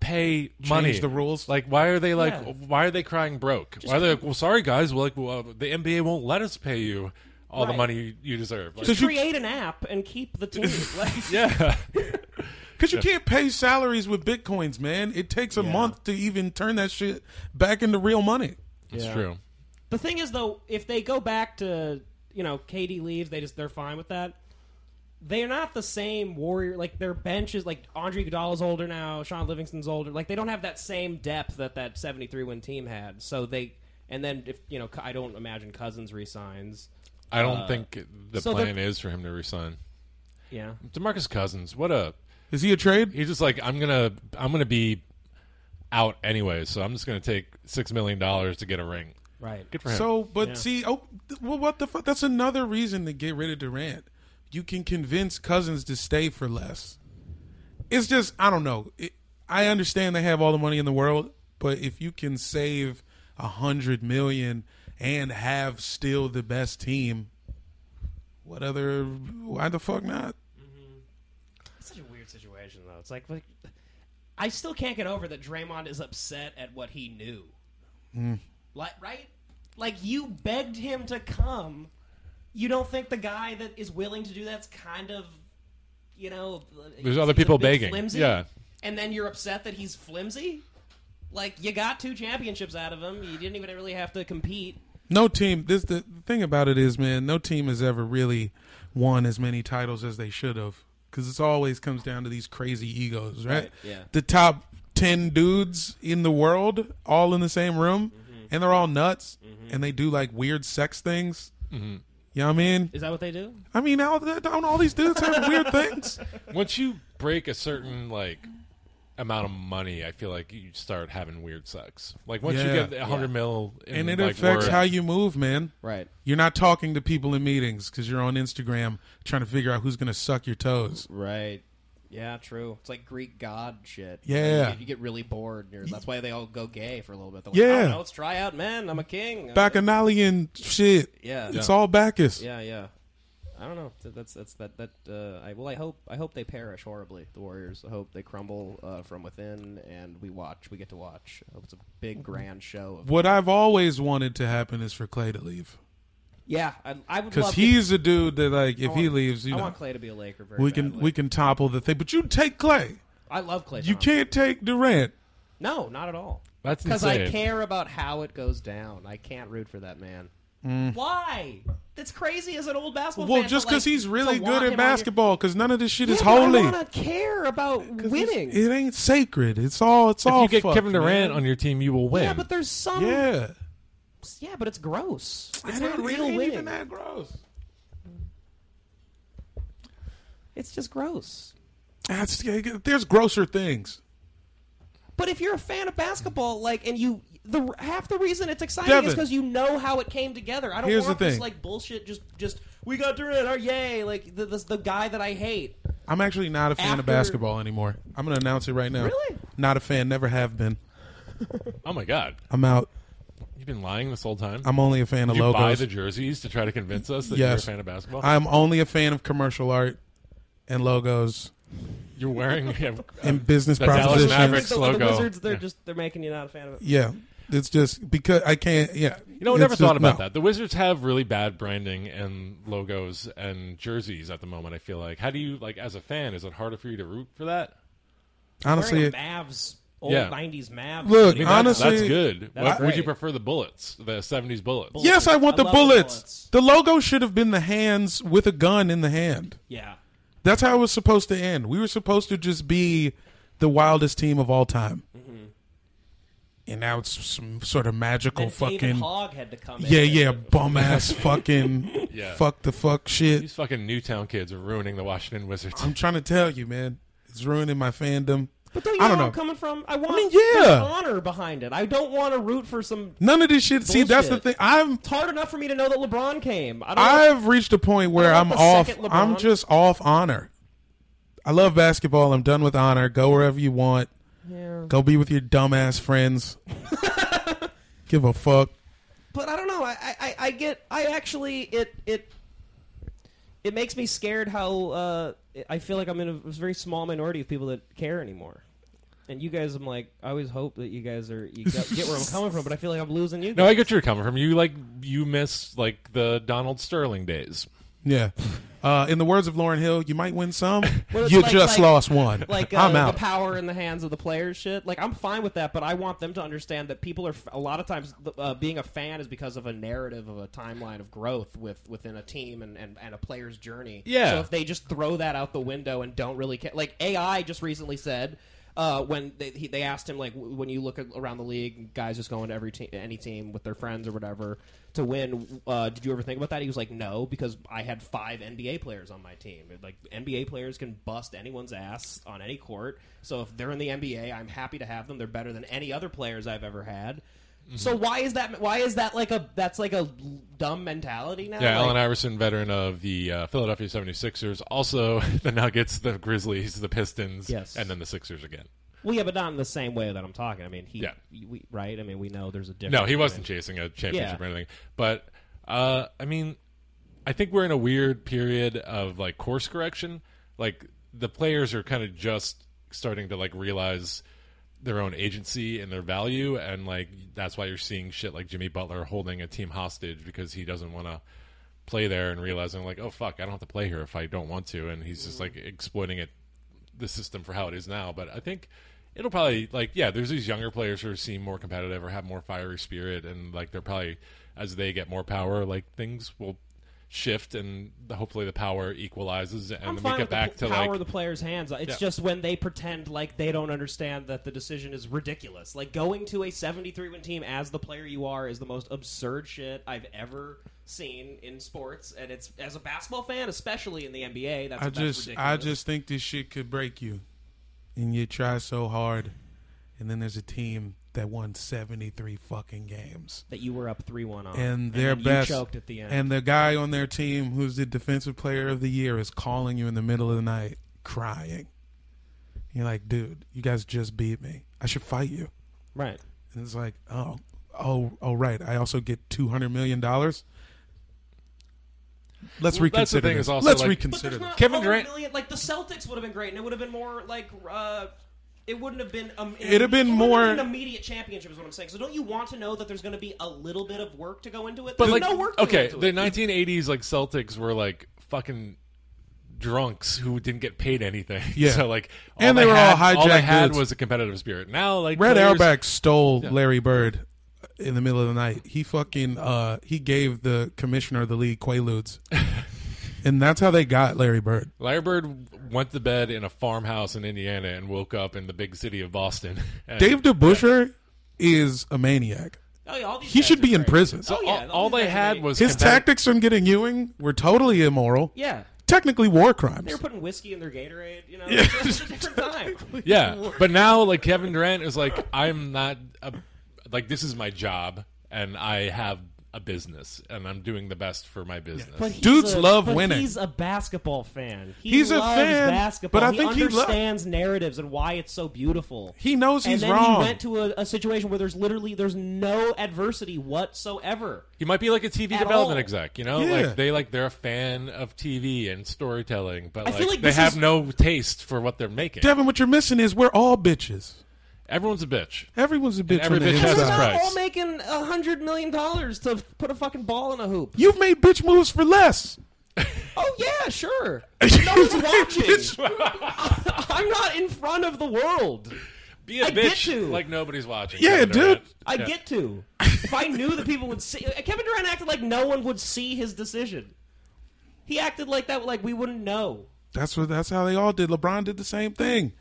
Speaker 2: pay money?
Speaker 1: the rules.
Speaker 2: Like, why are they like?
Speaker 3: Yeah.
Speaker 2: Why are they crying broke? why are they like? Well, sorry guys. Well, like, well, the NBA won't let us pay you all the
Speaker 3: Right.
Speaker 2: money you, you deserve. Like,
Speaker 3: Just create an app and keep the team. Like,
Speaker 2: yeah.
Speaker 1: Because you can't pay salaries with bitcoins, man. It takes a month to even turn that shit back into real money.
Speaker 2: It's
Speaker 3: Yeah.
Speaker 2: true.
Speaker 3: The thing is, though, if they go back to you know KD leaves, they just they're fine with that. They're not the same warrior. Like their bench is like Andre Iguodala's older now, Sean Livingston's older. Like they don't have that same depth that that seventy three win team had. So they and then if you know I don't imagine Cousins resigns.
Speaker 2: I don't think the
Speaker 3: so
Speaker 2: plan is for him to resign.
Speaker 3: Yeah,
Speaker 2: Demarcus Cousins, what a
Speaker 1: Is he a trade?
Speaker 2: he's just like I'm gonna I'm gonna be out anyway, so I'm just gonna take six million dollars to get a ring.
Speaker 3: right.
Speaker 2: Good for him.
Speaker 1: So, but
Speaker 3: Yeah.
Speaker 1: see, oh, th- well, what the fuck? That's another reason to get rid of Durant. You can convince Cousins to stay for less. It's just, I don't know. It, I understand they have all the money in the world, but if you can save a hundred million and have still the best team, what other? Why the fuck not?
Speaker 3: It's such a weird situation, though. It's like, like I still can't get over that Draymond is upset at what he knew. Like, right? Like you begged him to come. You don't think the guy that is willing to do that's kind of, you know,
Speaker 2: There's
Speaker 3: he's-
Speaker 2: other
Speaker 3: he's
Speaker 2: people
Speaker 3: a bit
Speaker 2: begging.
Speaker 3: Flimsy?
Speaker 2: Yeah.
Speaker 3: and then you're upset that he's flimsy. Like you got two championships out of him. You didn't even really have to compete.
Speaker 1: No team. This the thing about it is, man. No team has ever really won as many titles as they should have, because it's always comes down to these crazy egos, right?
Speaker 3: yeah.
Speaker 1: The top ten dudes in the world, all in the same room,
Speaker 3: Mm-hmm.
Speaker 1: and they're all nuts, and they do like weird sex things. You know what I mean?
Speaker 3: Is that what they do?
Speaker 1: I mean, all, don't all these dudes have weird things?
Speaker 2: Once you break a certain like amount of money, I feel like you start having weird sex. Like once
Speaker 1: Yeah.
Speaker 2: you get a hundred mil, in,
Speaker 1: And it
Speaker 2: like,
Speaker 1: affects
Speaker 2: worth-
Speaker 1: how you move, man.
Speaker 3: Right.
Speaker 1: You're not talking to people in meetings because you're on Instagram trying to figure out who's going to suck your toes.
Speaker 3: Right. Yeah, true. It's like Greek god shit.
Speaker 1: Yeah.
Speaker 3: you get, you get really bored. And you're, that's why they all go gay for a little bit. They're like,
Speaker 1: Yeah.
Speaker 3: I don't know, let's try out men. I'm a king. Uh,
Speaker 1: Bacchanalian shit.
Speaker 3: Yeah.
Speaker 1: It's all Bacchus.
Speaker 3: Yeah, yeah. I don't know. Th- That's that's that that. Uh, I, well, I hope I hope they perish horribly. The Warriors. I hope they crumble uh, from within, and we watch. We get to watch. I hope it's a big grand show. Of,
Speaker 1: What I've always wanted to happen is for Clay to leave.
Speaker 3: yeah, I, I would
Speaker 1: Because
Speaker 3: love.
Speaker 1: he's a dude that, like, if
Speaker 3: to, I
Speaker 1: he
Speaker 3: want-
Speaker 1: leaves, you
Speaker 3: I
Speaker 1: know,
Speaker 3: want Clay to be a Laker. Very
Speaker 1: we can
Speaker 3: badly.
Speaker 1: we can topple the thing. But you take Clay.
Speaker 3: I love Clay.
Speaker 1: You
Speaker 2: Uh-huh.
Speaker 3: Thompson.
Speaker 1: can't take Durant.
Speaker 3: No, not at all.
Speaker 2: That's
Speaker 3: because I
Speaker 2: insane.
Speaker 3: care about how it goes down. I can't root for that man. Why? That's crazy as an old basketball.
Speaker 1: Mm. Well,
Speaker 3: fan
Speaker 1: just
Speaker 3: because
Speaker 1: because he's really good at basketball,
Speaker 3: basketball.
Speaker 1: because none of this shit is
Speaker 3: Yeah, but
Speaker 1: holy.
Speaker 3: I want to care about winning.
Speaker 1: It ain't sacred. It's all. It's
Speaker 2: If
Speaker 1: all.
Speaker 2: you get
Speaker 1: fucked,
Speaker 2: Kevin
Speaker 1: man.
Speaker 2: Durant on your team, you will win.
Speaker 3: Yeah, but there's some. Yeah,
Speaker 1: yeah,
Speaker 3: but it's gross. It's
Speaker 1: And
Speaker 3: not
Speaker 1: it- it
Speaker 3: real
Speaker 1: ain't
Speaker 3: winning.
Speaker 1: even that gross.
Speaker 3: It's just gross.
Speaker 1: That's, there's grosser things.
Speaker 3: But if you're a fan of basketball, like, and you the half the reason it's exciting
Speaker 1: Devin.
Speaker 3: is because you know how it came together. I don't
Speaker 1: Here's
Speaker 3: want
Speaker 1: the
Speaker 3: this
Speaker 1: thing.
Speaker 3: like bullshit. Just just we got Durant. Oh yay! Like the, this the guy that I hate.
Speaker 1: I'm actually not a fan
Speaker 3: After-
Speaker 1: of basketball anymore. I'm gonna announce it right now.
Speaker 3: Really?
Speaker 1: Not a fan. Never have been.
Speaker 2: oh my god,
Speaker 1: I'm out.
Speaker 2: you've been lying this whole time.
Speaker 1: I'm only a fan of
Speaker 2: Did you buy
Speaker 1: logos.
Speaker 2: the jerseys to try to convince us that
Speaker 1: Yes.
Speaker 2: you're a fan of basketball.
Speaker 1: I'm only a fan of commercial art and logos
Speaker 2: you're wearing we have,
Speaker 1: and business
Speaker 2: Uh, the Dallas
Speaker 1: propositions.
Speaker 2: Mavericks
Speaker 3: the,
Speaker 2: logo.
Speaker 3: the Wizards, they're
Speaker 2: Yeah.
Speaker 3: just they're making you not a fan of it.
Speaker 1: Yeah, it's just because I can't. Yeah,
Speaker 2: You know, I never
Speaker 1: It's
Speaker 2: thought
Speaker 1: just-
Speaker 2: about
Speaker 1: no.
Speaker 2: that. The Wizards have really bad branding and logos and jerseys at the moment. I feel like, how do you like as a fan? Is it harder for you to root for that?
Speaker 1: Honestly,
Speaker 4: Wearing
Speaker 1: it-
Speaker 4: a Mavs, old
Speaker 2: Yeah.
Speaker 4: '90s Mavs.
Speaker 1: Look,
Speaker 2: I mean, that's,
Speaker 1: honestly,
Speaker 2: that's good.
Speaker 4: That's
Speaker 2: What- would
Speaker 4: great.
Speaker 2: you prefer the bullets, the '70s bullets?
Speaker 1: Yes, I want
Speaker 4: I
Speaker 1: the
Speaker 4: love the
Speaker 1: bullets.
Speaker 4: bullets.
Speaker 1: The logo should have been the hands with a gun in the hand.
Speaker 4: yeah,
Speaker 1: That's how it was supposed to end. We were supposed to just be the wildest team of all time.
Speaker 3: Mm-hmm.
Speaker 1: And now it's some sort of magical
Speaker 4: then David
Speaker 1: fucking
Speaker 4: Hogg had to come.
Speaker 1: yeah,
Speaker 4: in.
Speaker 1: yeah, bum ass fucking
Speaker 2: Yeah.
Speaker 1: fuck the fuck shit.
Speaker 2: These fucking Newtown kids are ruining the Washington Wizards.
Speaker 1: I'm trying to tell you, man, it's ruining my fandom.
Speaker 3: But don't you
Speaker 1: I don't
Speaker 3: know where
Speaker 1: know.
Speaker 3: I'm coming from? I want
Speaker 1: mean, yeah.
Speaker 3: there's honor behind it. I don't want to root for some.
Speaker 1: None of this shit. See, that's the
Speaker 3: Bullshit.
Speaker 1: thing. I'm
Speaker 3: It's hard enough for me to know that LeBron came. I don't. know-
Speaker 1: I've reached a point where
Speaker 3: I
Speaker 1: I'm
Speaker 3: want the
Speaker 1: off.
Speaker 3: second LeBron.
Speaker 1: I'm just off honor. I love basketball. I'm done with honor. Go wherever you want.
Speaker 3: Yeah.
Speaker 1: Go be with your dumbass friends. Give a fuck.
Speaker 3: but I don't know. I, I- I, I get. I actually it it it makes me scared how uh, I feel like I'm in a very small minority of people that care anymore. And you guys, I'm like, I always hope that you guys are you get, get where I'm coming from, but I feel like I'm losing you.
Speaker 2: No,
Speaker 3: guys.
Speaker 2: I get where you're coming from. You like you miss like the Donald Sterling days.
Speaker 1: Yeah. Uh, in the words of Lauren Hill, you might win some.
Speaker 3: Well, it's
Speaker 1: you
Speaker 3: like-
Speaker 1: just
Speaker 3: like-
Speaker 1: lost one.
Speaker 3: like uh,
Speaker 1: I'm out.
Speaker 3: the power in the hands of the players shit like i'm fine with that but i want them to understand that people are a lot of times uh, being a fan is because of a narrative of a timeline of growth with within a team and, and, and a player's journey
Speaker 2: Yeah.
Speaker 3: so if they just throw that out the window and don't really care like ai just recently said uh, when they, he, they asked him like w- when you look at, around the league guys just going to every team any team with their friends or whatever to win uh, did you ever think about that he was like no because i had five nba players on my team like nba players can bust anyone's ass on any court so if they're in the nba i'm happy to have them they're better than any other players i've ever had
Speaker 2: Mm-hmm.
Speaker 3: so why is that why is that like a that's like a dumb mentality now
Speaker 2: Yeah,
Speaker 3: Like-
Speaker 2: Allen Iverson, veteran of the uh, Philadelphia 76ers, also the Nuggets, the Grizzlies, the Pistons,
Speaker 3: Yes.
Speaker 2: and then the Sixers again.
Speaker 3: Well, yeah, but not in the same way that I'm talking. I mean, he,
Speaker 2: Yeah.
Speaker 3: we, right? I mean, we know there's a difference.
Speaker 2: No, he wasn't chasing a championship
Speaker 3: Yeah.
Speaker 2: or anything. But uh, I mean, I think we're in a weird period of like course correction. Like the players are kind of just starting to like realize their own agency and their value, and like that's why you're seeing shit like Jimmy Butler holding a team hostage because he doesn't want to play there and realizing like, oh fuck, I don't have to play here if I don't want to, and he's just like exploiting it the system for how it is now. But I think it'll probably like yeah, there's these younger players who seem more competitive or have more fiery spirit, and like they're probably as they get more power, like things will shift, and the- hopefully the power equalizes, and
Speaker 3: I'm
Speaker 2: then
Speaker 3: fine
Speaker 2: we
Speaker 3: with
Speaker 2: get back to
Speaker 3: the pl- power
Speaker 2: like
Speaker 3: of the player's hands. It's
Speaker 2: Yeah.
Speaker 3: just when they pretend like they don't understand that the decision is ridiculous. Like going to a 73 win team as the player you are is the most absurd shit I've ever seen in sports, and it's as a basketball fan, especially in the NBA. That's
Speaker 1: I
Speaker 3: that's
Speaker 1: just,
Speaker 3: ridiculous.
Speaker 1: I just think this shit could break you, and you try so hard, and then there's a team that won 73 fucking games.
Speaker 3: that you were up three one on,
Speaker 1: and
Speaker 3: then
Speaker 1: their best
Speaker 3: you choked at the end.
Speaker 1: and the guy on their team who's the defensive player of the year is calling you in the middle of the night crying You're like, dude, you guys just beat me. I should fight you.
Speaker 5: Right.
Speaker 1: And it's like, oh, oh, oh, right. I also get two hundred million dollars. Let's
Speaker 2: Well,
Speaker 1: reconsider.
Speaker 2: that's the thing
Speaker 1: this.
Speaker 2: is also,
Speaker 1: Let's
Speaker 2: like-
Speaker 3: But
Speaker 1: reconsider.
Speaker 3: there's
Speaker 1: this.
Speaker 3: not
Speaker 2: Kevin
Speaker 3: Kevin
Speaker 2: Durant-
Speaker 3: Million, like the Celtics would have been great, and it would have been more like uh, it wouldn't have been. Um,
Speaker 1: It'd have been
Speaker 3: it wouldn't
Speaker 1: more-
Speaker 3: an immediate championship, is what I'm saying. So don't you want to know that there's going to be a little bit of work to go into it?
Speaker 2: But
Speaker 3: there's
Speaker 2: like,
Speaker 3: no work. To
Speaker 2: okay,
Speaker 3: go into
Speaker 2: the
Speaker 3: it.
Speaker 2: 1980s like Celtics were like fucking drunks who didn't get paid anything.
Speaker 1: Yeah.
Speaker 2: so like, all
Speaker 1: And they were all
Speaker 2: had, All they
Speaker 1: hijacked
Speaker 2: had
Speaker 1: dudes.
Speaker 2: was a competitive spirit. Now like,
Speaker 1: Red
Speaker 2: players-
Speaker 1: Auerbach stole Larry Bird in the middle of the night. He fucking uh, he gave the commissioner of the league quaaludes, and that's how they got Larry Bird.
Speaker 2: Larry Bird went to bed in a farmhouse in Indiana and woke up in the big city of Boston. And
Speaker 1: Dave DeBuscher is a maniac.
Speaker 3: Oh, yeah, all these
Speaker 1: He
Speaker 3: guys
Speaker 1: should
Speaker 3: are
Speaker 1: be in
Speaker 3: great.
Speaker 1: prison.
Speaker 2: So
Speaker 3: Oh, yeah,
Speaker 2: all, all
Speaker 3: these
Speaker 2: they
Speaker 3: guys are
Speaker 2: had
Speaker 3: great.
Speaker 2: was
Speaker 1: His
Speaker 2: competitive-
Speaker 1: tactics from getting Ewing were totally immoral.
Speaker 3: Yeah,
Speaker 1: Technically war crimes.
Speaker 3: they were putting whiskey in their Gatorade. You know, it was a different time.
Speaker 2: Yeah, but now like Kevin Durant is like, I'm not a, like this is my job, and I have a business, and I'm doing the best for my business.
Speaker 5: But he's
Speaker 1: Dudes
Speaker 5: a-
Speaker 1: love
Speaker 5: but
Speaker 1: winning.
Speaker 5: He's a basketball fan. He
Speaker 1: He's a
Speaker 5: loves
Speaker 1: fan,
Speaker 5: basketball.
Speaker 1: but I think he
Speaker 5: he
Speaker 1: lo-
Speaker 5: understands narratives and why it's so beautiful.
Speaker 1: He knows
Speaker 5: and
Speaker 1: he's
Speaker 5: then
Speaker 1: wrong.
Speaker 5: He went to a, a situation where there's literally there's no adversity whatsoever.
Speaker 2: He might be like a TV
Speaker 5: At all.
Speaker 2: development exec, you know,
Speaker 1: Yeah.
Speaker 2: like they like they're a fan of TV and storytelling, but
Speaker 3: I
Speaker 2: like,
Speaker 3: feel like
Speaker 2: they
Speaker 3: this
Speaker 2: have
Speaker 3: is-
Speaker 2: no taste for what they're making.
Speaker 1: Devin, what you're missing is we're all bitches.
Speaker 2: Everyone's a bitch.
Speaker 1: Everyone's a bitch
Speaker 2: every
Speaker 1: on the
Speaker 2: bitch has
Speaker 3: We're
Speaker 2: Jesus
Speaker 3: not
Speaker 1: inside.
Speaker 2: pride. Christ.
Speaker 3: all making a hundred million dollars to f- put a fucking ball in a hoop.
Speaker 1: You've made bitch moves for less.
Speaker 3: Oh yeah, sure. No one's watching. I'm not in front of the world.
Speaker 2: Be a
Speaker 3: I
Speaker 2: bitch
Speaker 3: get you.
Speaker 2: like nobody's watching.
Speaker 1: Yeah,
Speaker 2: Kevin Durant.
Speaker 1: dude.
Speaker 3: I
Speaker 2: Yeah.
Speaker 3: get to. If I knew that people would see, uh, Kevin Durant acted like no one would see his decision. He acted like that, like we wouldn't know.
Speaker 1: That's what. That's how they all did. LeBron did the same thing.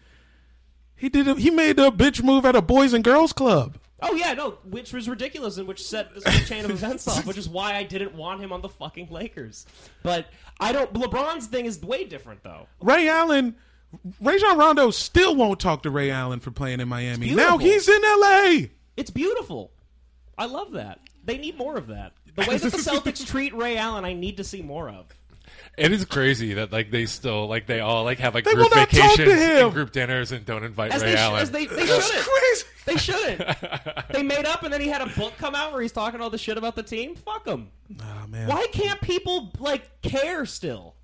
Speaker 1: He did. A, he made a bitch move at a boys and girls club.
Speaker 3: Oh yeah, no, which was ridiculous and which set this whole chain of events off, which is why I didn't want him on the fucking Lakers. But I don't. LeBron's thing is way different though.
Speaker 1: Ray Allen, Rajon Rondo still won't talk to Ray Allen for playing in Miami.
Speaker 3: It's
Speaker 1: Now
Speaker 3: beautiful.
Speaker 1: he's in L.A.
Speaker 3: It's beautiful. I love that. They need more of that. The way that the Celtics treat Ray Allen, I need to see more of.
Speaker 2: It is crazy that like they still like they all like have like
Speaker 1: They
Speaker 2: group
Speaker 1: will not talk to
Speaker 2: vacations
Speaker 1: him.
Speaker 2: and group dinners and don't invite
Speaker 3: As
Speaker 2: Ray
Speaker 3: they, sh-
Speaker 2: Allen.
Speaker 3: as they, they
Speaker 1: That's
Speaker 3: shouldn't.
Speaker 1: crazy.
Speaker 3: They shouldn't. they made up, and then he had a book come out where he's talking all the shit about the team. Fuck him.
Speaker 1: Oh man.
Speaker 3: Why can't people like care still?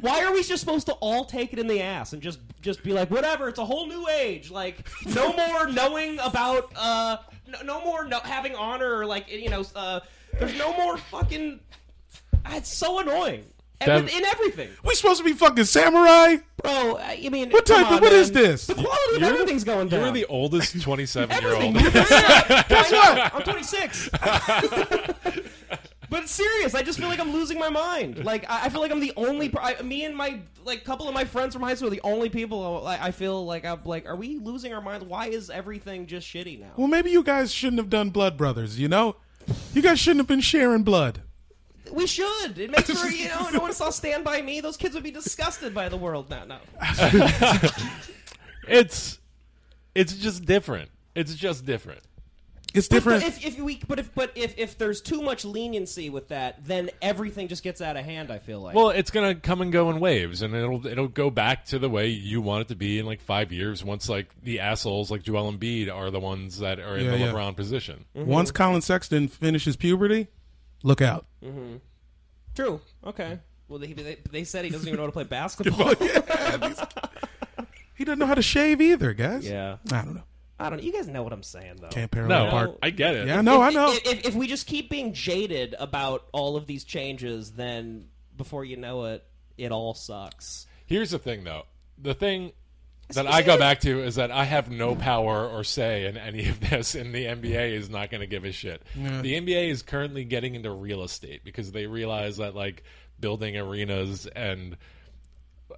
Speaker 3: Why are we just supposed to all take it in the ass and just just be like, whatever? It's a whole new age. Like, no more knowing about, uh, no, no more no- having honor. Or like, you know, uh, there's no more fucking. ah, It's so annoying. And
Speaker 2: Dev-
Speaker 3: with- in everything,
Speaker 1: We supposed to be fucking samurai?
Speaker 3: bro. I I mean,
Speaker 1: What
Speaker 3: come
Speaker 1: type of-
Speaker 3: on,
Speaker 1: what
Speaker 3: man.
Speaker 1: is this?
Speaker 3: The quality of
Speaker 2: You're the-
Speaker 3: everything's going down.
Speaker 2: You're the oldest 27 year
Speaker 3: Everything.
Speaker 2: old.
Speaker 3: Guess what? I'm 26. but it's serious. I just feel like I'm losing my mind. Like I, I feel like I'm the only. per- I, me and my like couple of my friends from high school are the only people. Like, I feel like I'm like, are we losing our mind? Why is everything just shitty now?
Speaker 1: Well, maybe you guys shouldn't have done Blood Brothers. You know, you guys shouldn't have been sharing blood.
Speaker 3: We should. It makes for you know. No one saw Stand by Me. Those kids would be disgusted by the world now. No.
Speaker 2: It's it's just different. It's just different.
Speaker 1: It's different.
Speaker 3: But if, if we, but if, but if, if there's too much leniency with that, then everything just gets out of hand. I feel like.
Speaker 2: Well, it's gonna come and go in waves, and it'll it'll go back to the way you want it to be in like five years. Once like the assholes like Joel Embiid are the ones that are in
Speaker 1: Yeah,
Speaker 2: the
Speaker 1: yeah.
Speaker 2: LeBron position.
Speaker 3: Mm.
Speaker 1: Once Colin Sexton finishes puberty, look out.
Speaker 3: True. Okay. Well, they, they, they said he doesn't even know how to play basketball.
Speaker 1: He doesn't know how to shave either, guys.
Speaker 3: yeah.
Speaker 1: I don't know.
Speaker 3: I don't know. You guys know what I'm saying, though.
Speaker 1: Can't parallel
Speaker 2: No,
Speaker 1: park.
Speaker 2: I get it.
Speaker 1: yeah, I know. I
Speaker 3: If-
Speaker 1: know.
Speaker 3: If, if, if we just keep being jaded about all of these changes, then before you know it, it all sucks.
Speaker 2: Here's the thing, though. The thing that I go back to is that I have no power or say in any of this, and the NBA is not going to give a shit. The NBA is currently getting into real estate because they realize that like building arenas and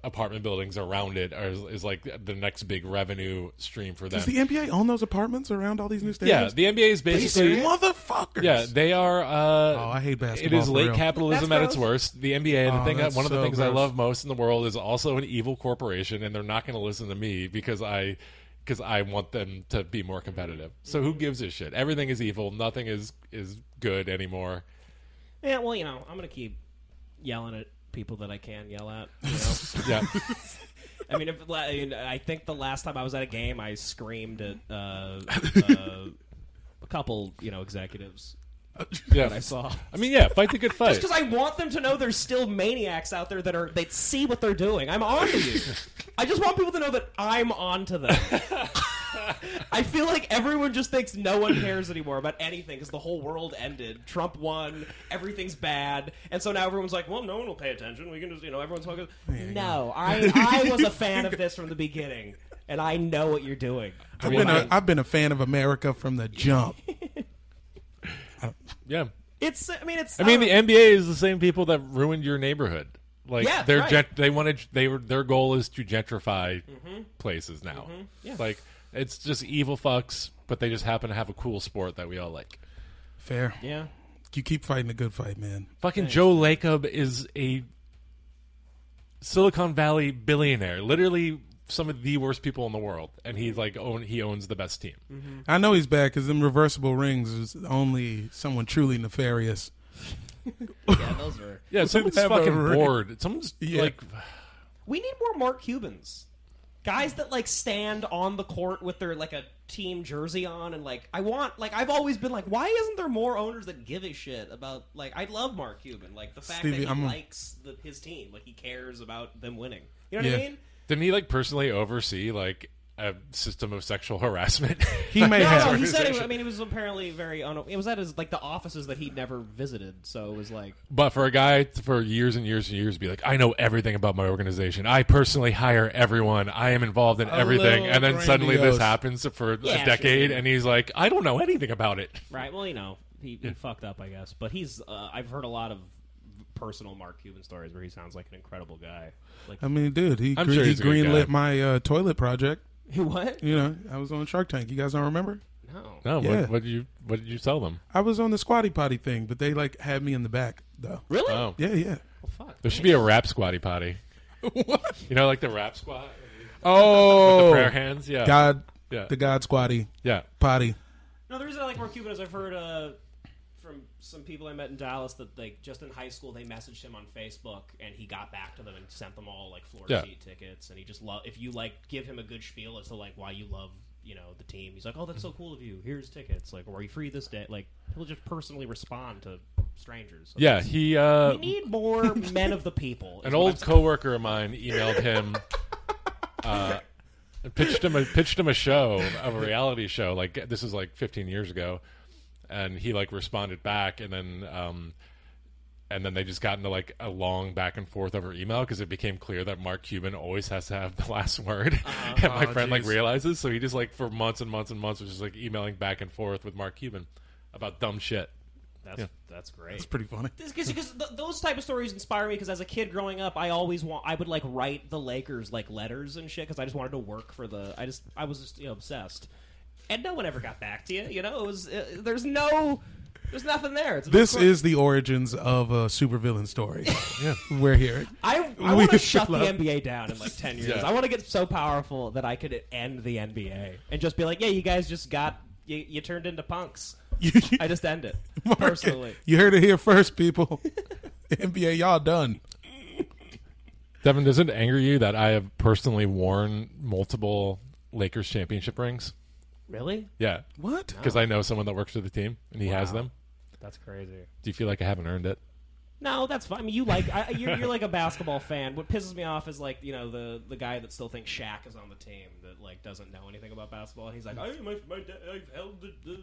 Speaker 2: apartment buildings around it are, is like the next big revenue stream for them.
Speaker 1: Does the NBA own those apartments around all these new stadiums?
Speaker 2: yeah, the NBA is
Speaker 1: These
Speaker 2: basically
Speaker 1: motherfuckers.
Speaker 2: yeah, they are. Uh,
Speaker 1: Oh, I hate
Speaker 2: it
Speaker 1: basketball.
Speaker 2: is
Speaker 1: for
Speaker 2: late
Speaker 1: real.
Speaker 2: capitalism
Speaker 3: That's
Speaker 2: at its
Speaker 3: gross.
Speaker 2: worst. The NBA, the
Speaker 1: Oh,
Speaker 2: thing that
Speaker 1: that's
Speaker 2: one of the
Speaker 1: so
Speaker 2: things I
Speaker 1: gross.
Speaker 2: love most in the world is also an evil corporation, and they're not going to listen to me because I because I want them to be more competitive. So who gives a shit? Everything is evil. Nothing is is good anymore.
Speaker 3: Yeah. Well, you know, I'm gonna keep yelling at people that I can yell at. You know?
Speaker 2: Yeah,
Speaker 3: I mean, if, I mean, I think the last time I was at a game, I screamed at uh, uh, a couple, you know, executives that I
Speaker 2: Yeah.
Speaker 3: saw.
Speaker 2: I mean, yeah, fight the good fight.
Speaker 3: Because I want them to know there's still maniacs out there that are that see what they're doing. I'm on to you. I just want people to know that I'm on to them. I feel like everyone just thinks no one cares anymore about anything because the whole world ended. Trump won. Everything's bad, and so now everyone's like, "Well, no one will pay attention. We can just, you know, everyone's focused." No, I I was a fan of this from the beginning, and I know what you're doing.
Speaker 1: I've been, a, I've been a fan of America from the jump.
Speaker 2: yeah.
Speaker 3: It's I mean it's
Speaker 2: I mean,
Speaker 3: don't-
Speaker 2: the NBA is the same people that ruined your neighborhood. Like
Speaker 3: Yeah,
Speaker 2: they're
Speaker 3: right.
Speaker 2: gent- they want to they were their goal is to gentrify places now. Like it's just evil fucks, but they just happen to have a cool sport that we all like.
Speaker 1: Fair.
Speaker 3: yeah.
Speaker 1: You keep fighting a good fight, man.
Speaker 2: Fucking Joe Lacob is a Silicon Valley billionaire, literally some of the worst people in the world, and he's like own he owns the best team.
Speaker 1: I know he's bad because them reversible rings is only someone truly nefarious.
Speaker 6: Yeah, those were.
Speaker 2: Yeah, someone's
Speaker 1: have a
Speaker 2: fucking
Speaker 1: ring.
Speaker 2: bored. Someone's
Speaker 1: Yeah.
Speaker 2: like
Speaker 3: We need more Mark Cubans. Guys that like stand on the court with their like a team jersey on and like I want like I've always been like why isn't there more owners that give a shit about like I love Mark Cuban like the fact
Speaker 1: Stevie,
Speaker 3: that he
Speaker 1: I'm a-
Speaker 3: likes the, his team like he cares about them winning you know what
Speaker 1: Yeah.
Speaker 3: I mean
Speaker 2: didn't he like personally oversee like a system of sexual harassment?
Speaker 1: He may
Speaker 3: no
Speaker 1: have.
Speaker 3: he said it, I
Speaker 2: organization.
Speaker 3: mean it was apparently very un- it was at his like the offices that he never visited so it was like
Speaker 2: But for a guy t- for years and years and years to be like, I know everything about my organization. I personally hire everyone. I am involved in everything.
Speaker 1: little
Speaker 2: And then suddenly this
Speaker 1: grandiose.
Speaker 2: happens for
Speaker 3: Yeah,
Speaker 2: a decade
Speaker 3: sure.
Speaker 2: and he's like, I don't know anything about it.
Speaker 3: Right. Well, you know, he, he fucked up, I guess. But he's. Uh, I've heard a lot of personal Mark Cuban stories where he sounds like an incredible guy. Like
Speaker 1: I mean, dude, he,
Speaker 2: I'm
Speaker 1: gre-
Speaker 2: sure
Speaker 1: he
Speaker 2: he's a good guy.
Speaker 1: greenlit my uh, toilet project.
Speaker 3: what?
Speaker 1: You know, I was on Shark Tank. You guys don't remember?
Speaker 3: No.
Speaker 2: No,
Speaker 1: Yeah.
Speaker 2: what, what did you what did you tell them?
Speaker 1: I was on the squatty potty thing, but they like had me in the back though.
Speaker 3: Really?
Speaker 2: Oh.
Speaker 1: Yeah, yeah.
Speaker 3: Fuck.
Speaker 2: There should be a rap squatty potty. what? You know, like the rap squat?
Speaker 1: Oh,
Speaker 2: Prayer hands? Yeah.
Speaker 1: God,
Speaker 2: Yeah.
Speaker 1: the God squatty
Speaker 2: Yeah.
Speaker 1: potty.
Speaker 3: No, the reason I like Mark Cuban is I've heard uh, from some people I met in Dallas that like just in high school they messaged him on Facebook and he got back to them and sent them all like floor
Speaker 2: Yeah.
Speaker 3: seat tickets and he just love if you like give him a good spiel as to like why you love you know the team he's like oh that's so cool of you here's tickets like or are you free this day like he'll just personally respond to strangers So
Speaker 2: Yeah.
Speaker 3: that's-
Speaker 2: He uh
Speaker 3: We need more men of the people. is
Speaker 2: an
Speaker 3: what
Speaker 2: old
Speaker 3: I'm-
Speaker 2: coworker of mine emailed him uh, pitched him a pitched him a show of a reality show like this is like 15 years ago and he like responded back and then um and then they just got into like a long back and forth over email because it became clear that Mark Cuban always has to have the last word,
Speaker 3: Uh-huh.
Speaker 2: and my
Speaker 1: Oh,
Speaker 2: friend like
Speaker 1: jeez.
Speaker 2: realizes. So he just like for months and months and months was just like emailing back and forth with Mark Cuban about dumb shit.
Speaker 3: That's that's great.
Speaker 1: It's pretty funny.
Speaker 3: Because th- those type of stories inspire me. Because as a kid growing up, I always want I would like write the Lakers like letters and shit. Because I just wanted to work for the. I just I was just you know, obsessed, and no one ever got back to you. You know, it was uh, there's no there's nothing there. It's
Speaker 1: This is the origins of a supervillain story.
Speaker 2: Yeah.
Speaker 1: We're here.
Speaker 3: I,
Speaker 1: we
Speaker 3: I want to
Speaker 1: should
Speaker 3: shut
Speaker 1: love-
Speaker 3: the NBA down in like ten years.
Speaker 2: Yeah.
Speaker 3: I want to get so powerful that I could end the NBA and just be like, yeah, you guys just got you, you turned into punks. I just end it personally.
Speaker 1: You heard it here first, people. NBA, y'all done.
Speaker 2: Devin, does it anger you that I have personally worn multiple Lakers championship rings?
Speaker 3: Really?
Speaker 2: Yeah,
Speaker 1: What?
Speaker 2: because I know someone that works for the team and he has them.
Speaker 3: That's crazy.
Speaker 2: Do you feel like I haven't earned it?
Speaker 3: No, that's fine. I mean, you like I, you're, you're like a basketball fan. What pisses me off is like you know the the guy that still thinks Shaq is on the team that like doesn't know anything about basketball. And he's like, I my, my dad, I've held the. the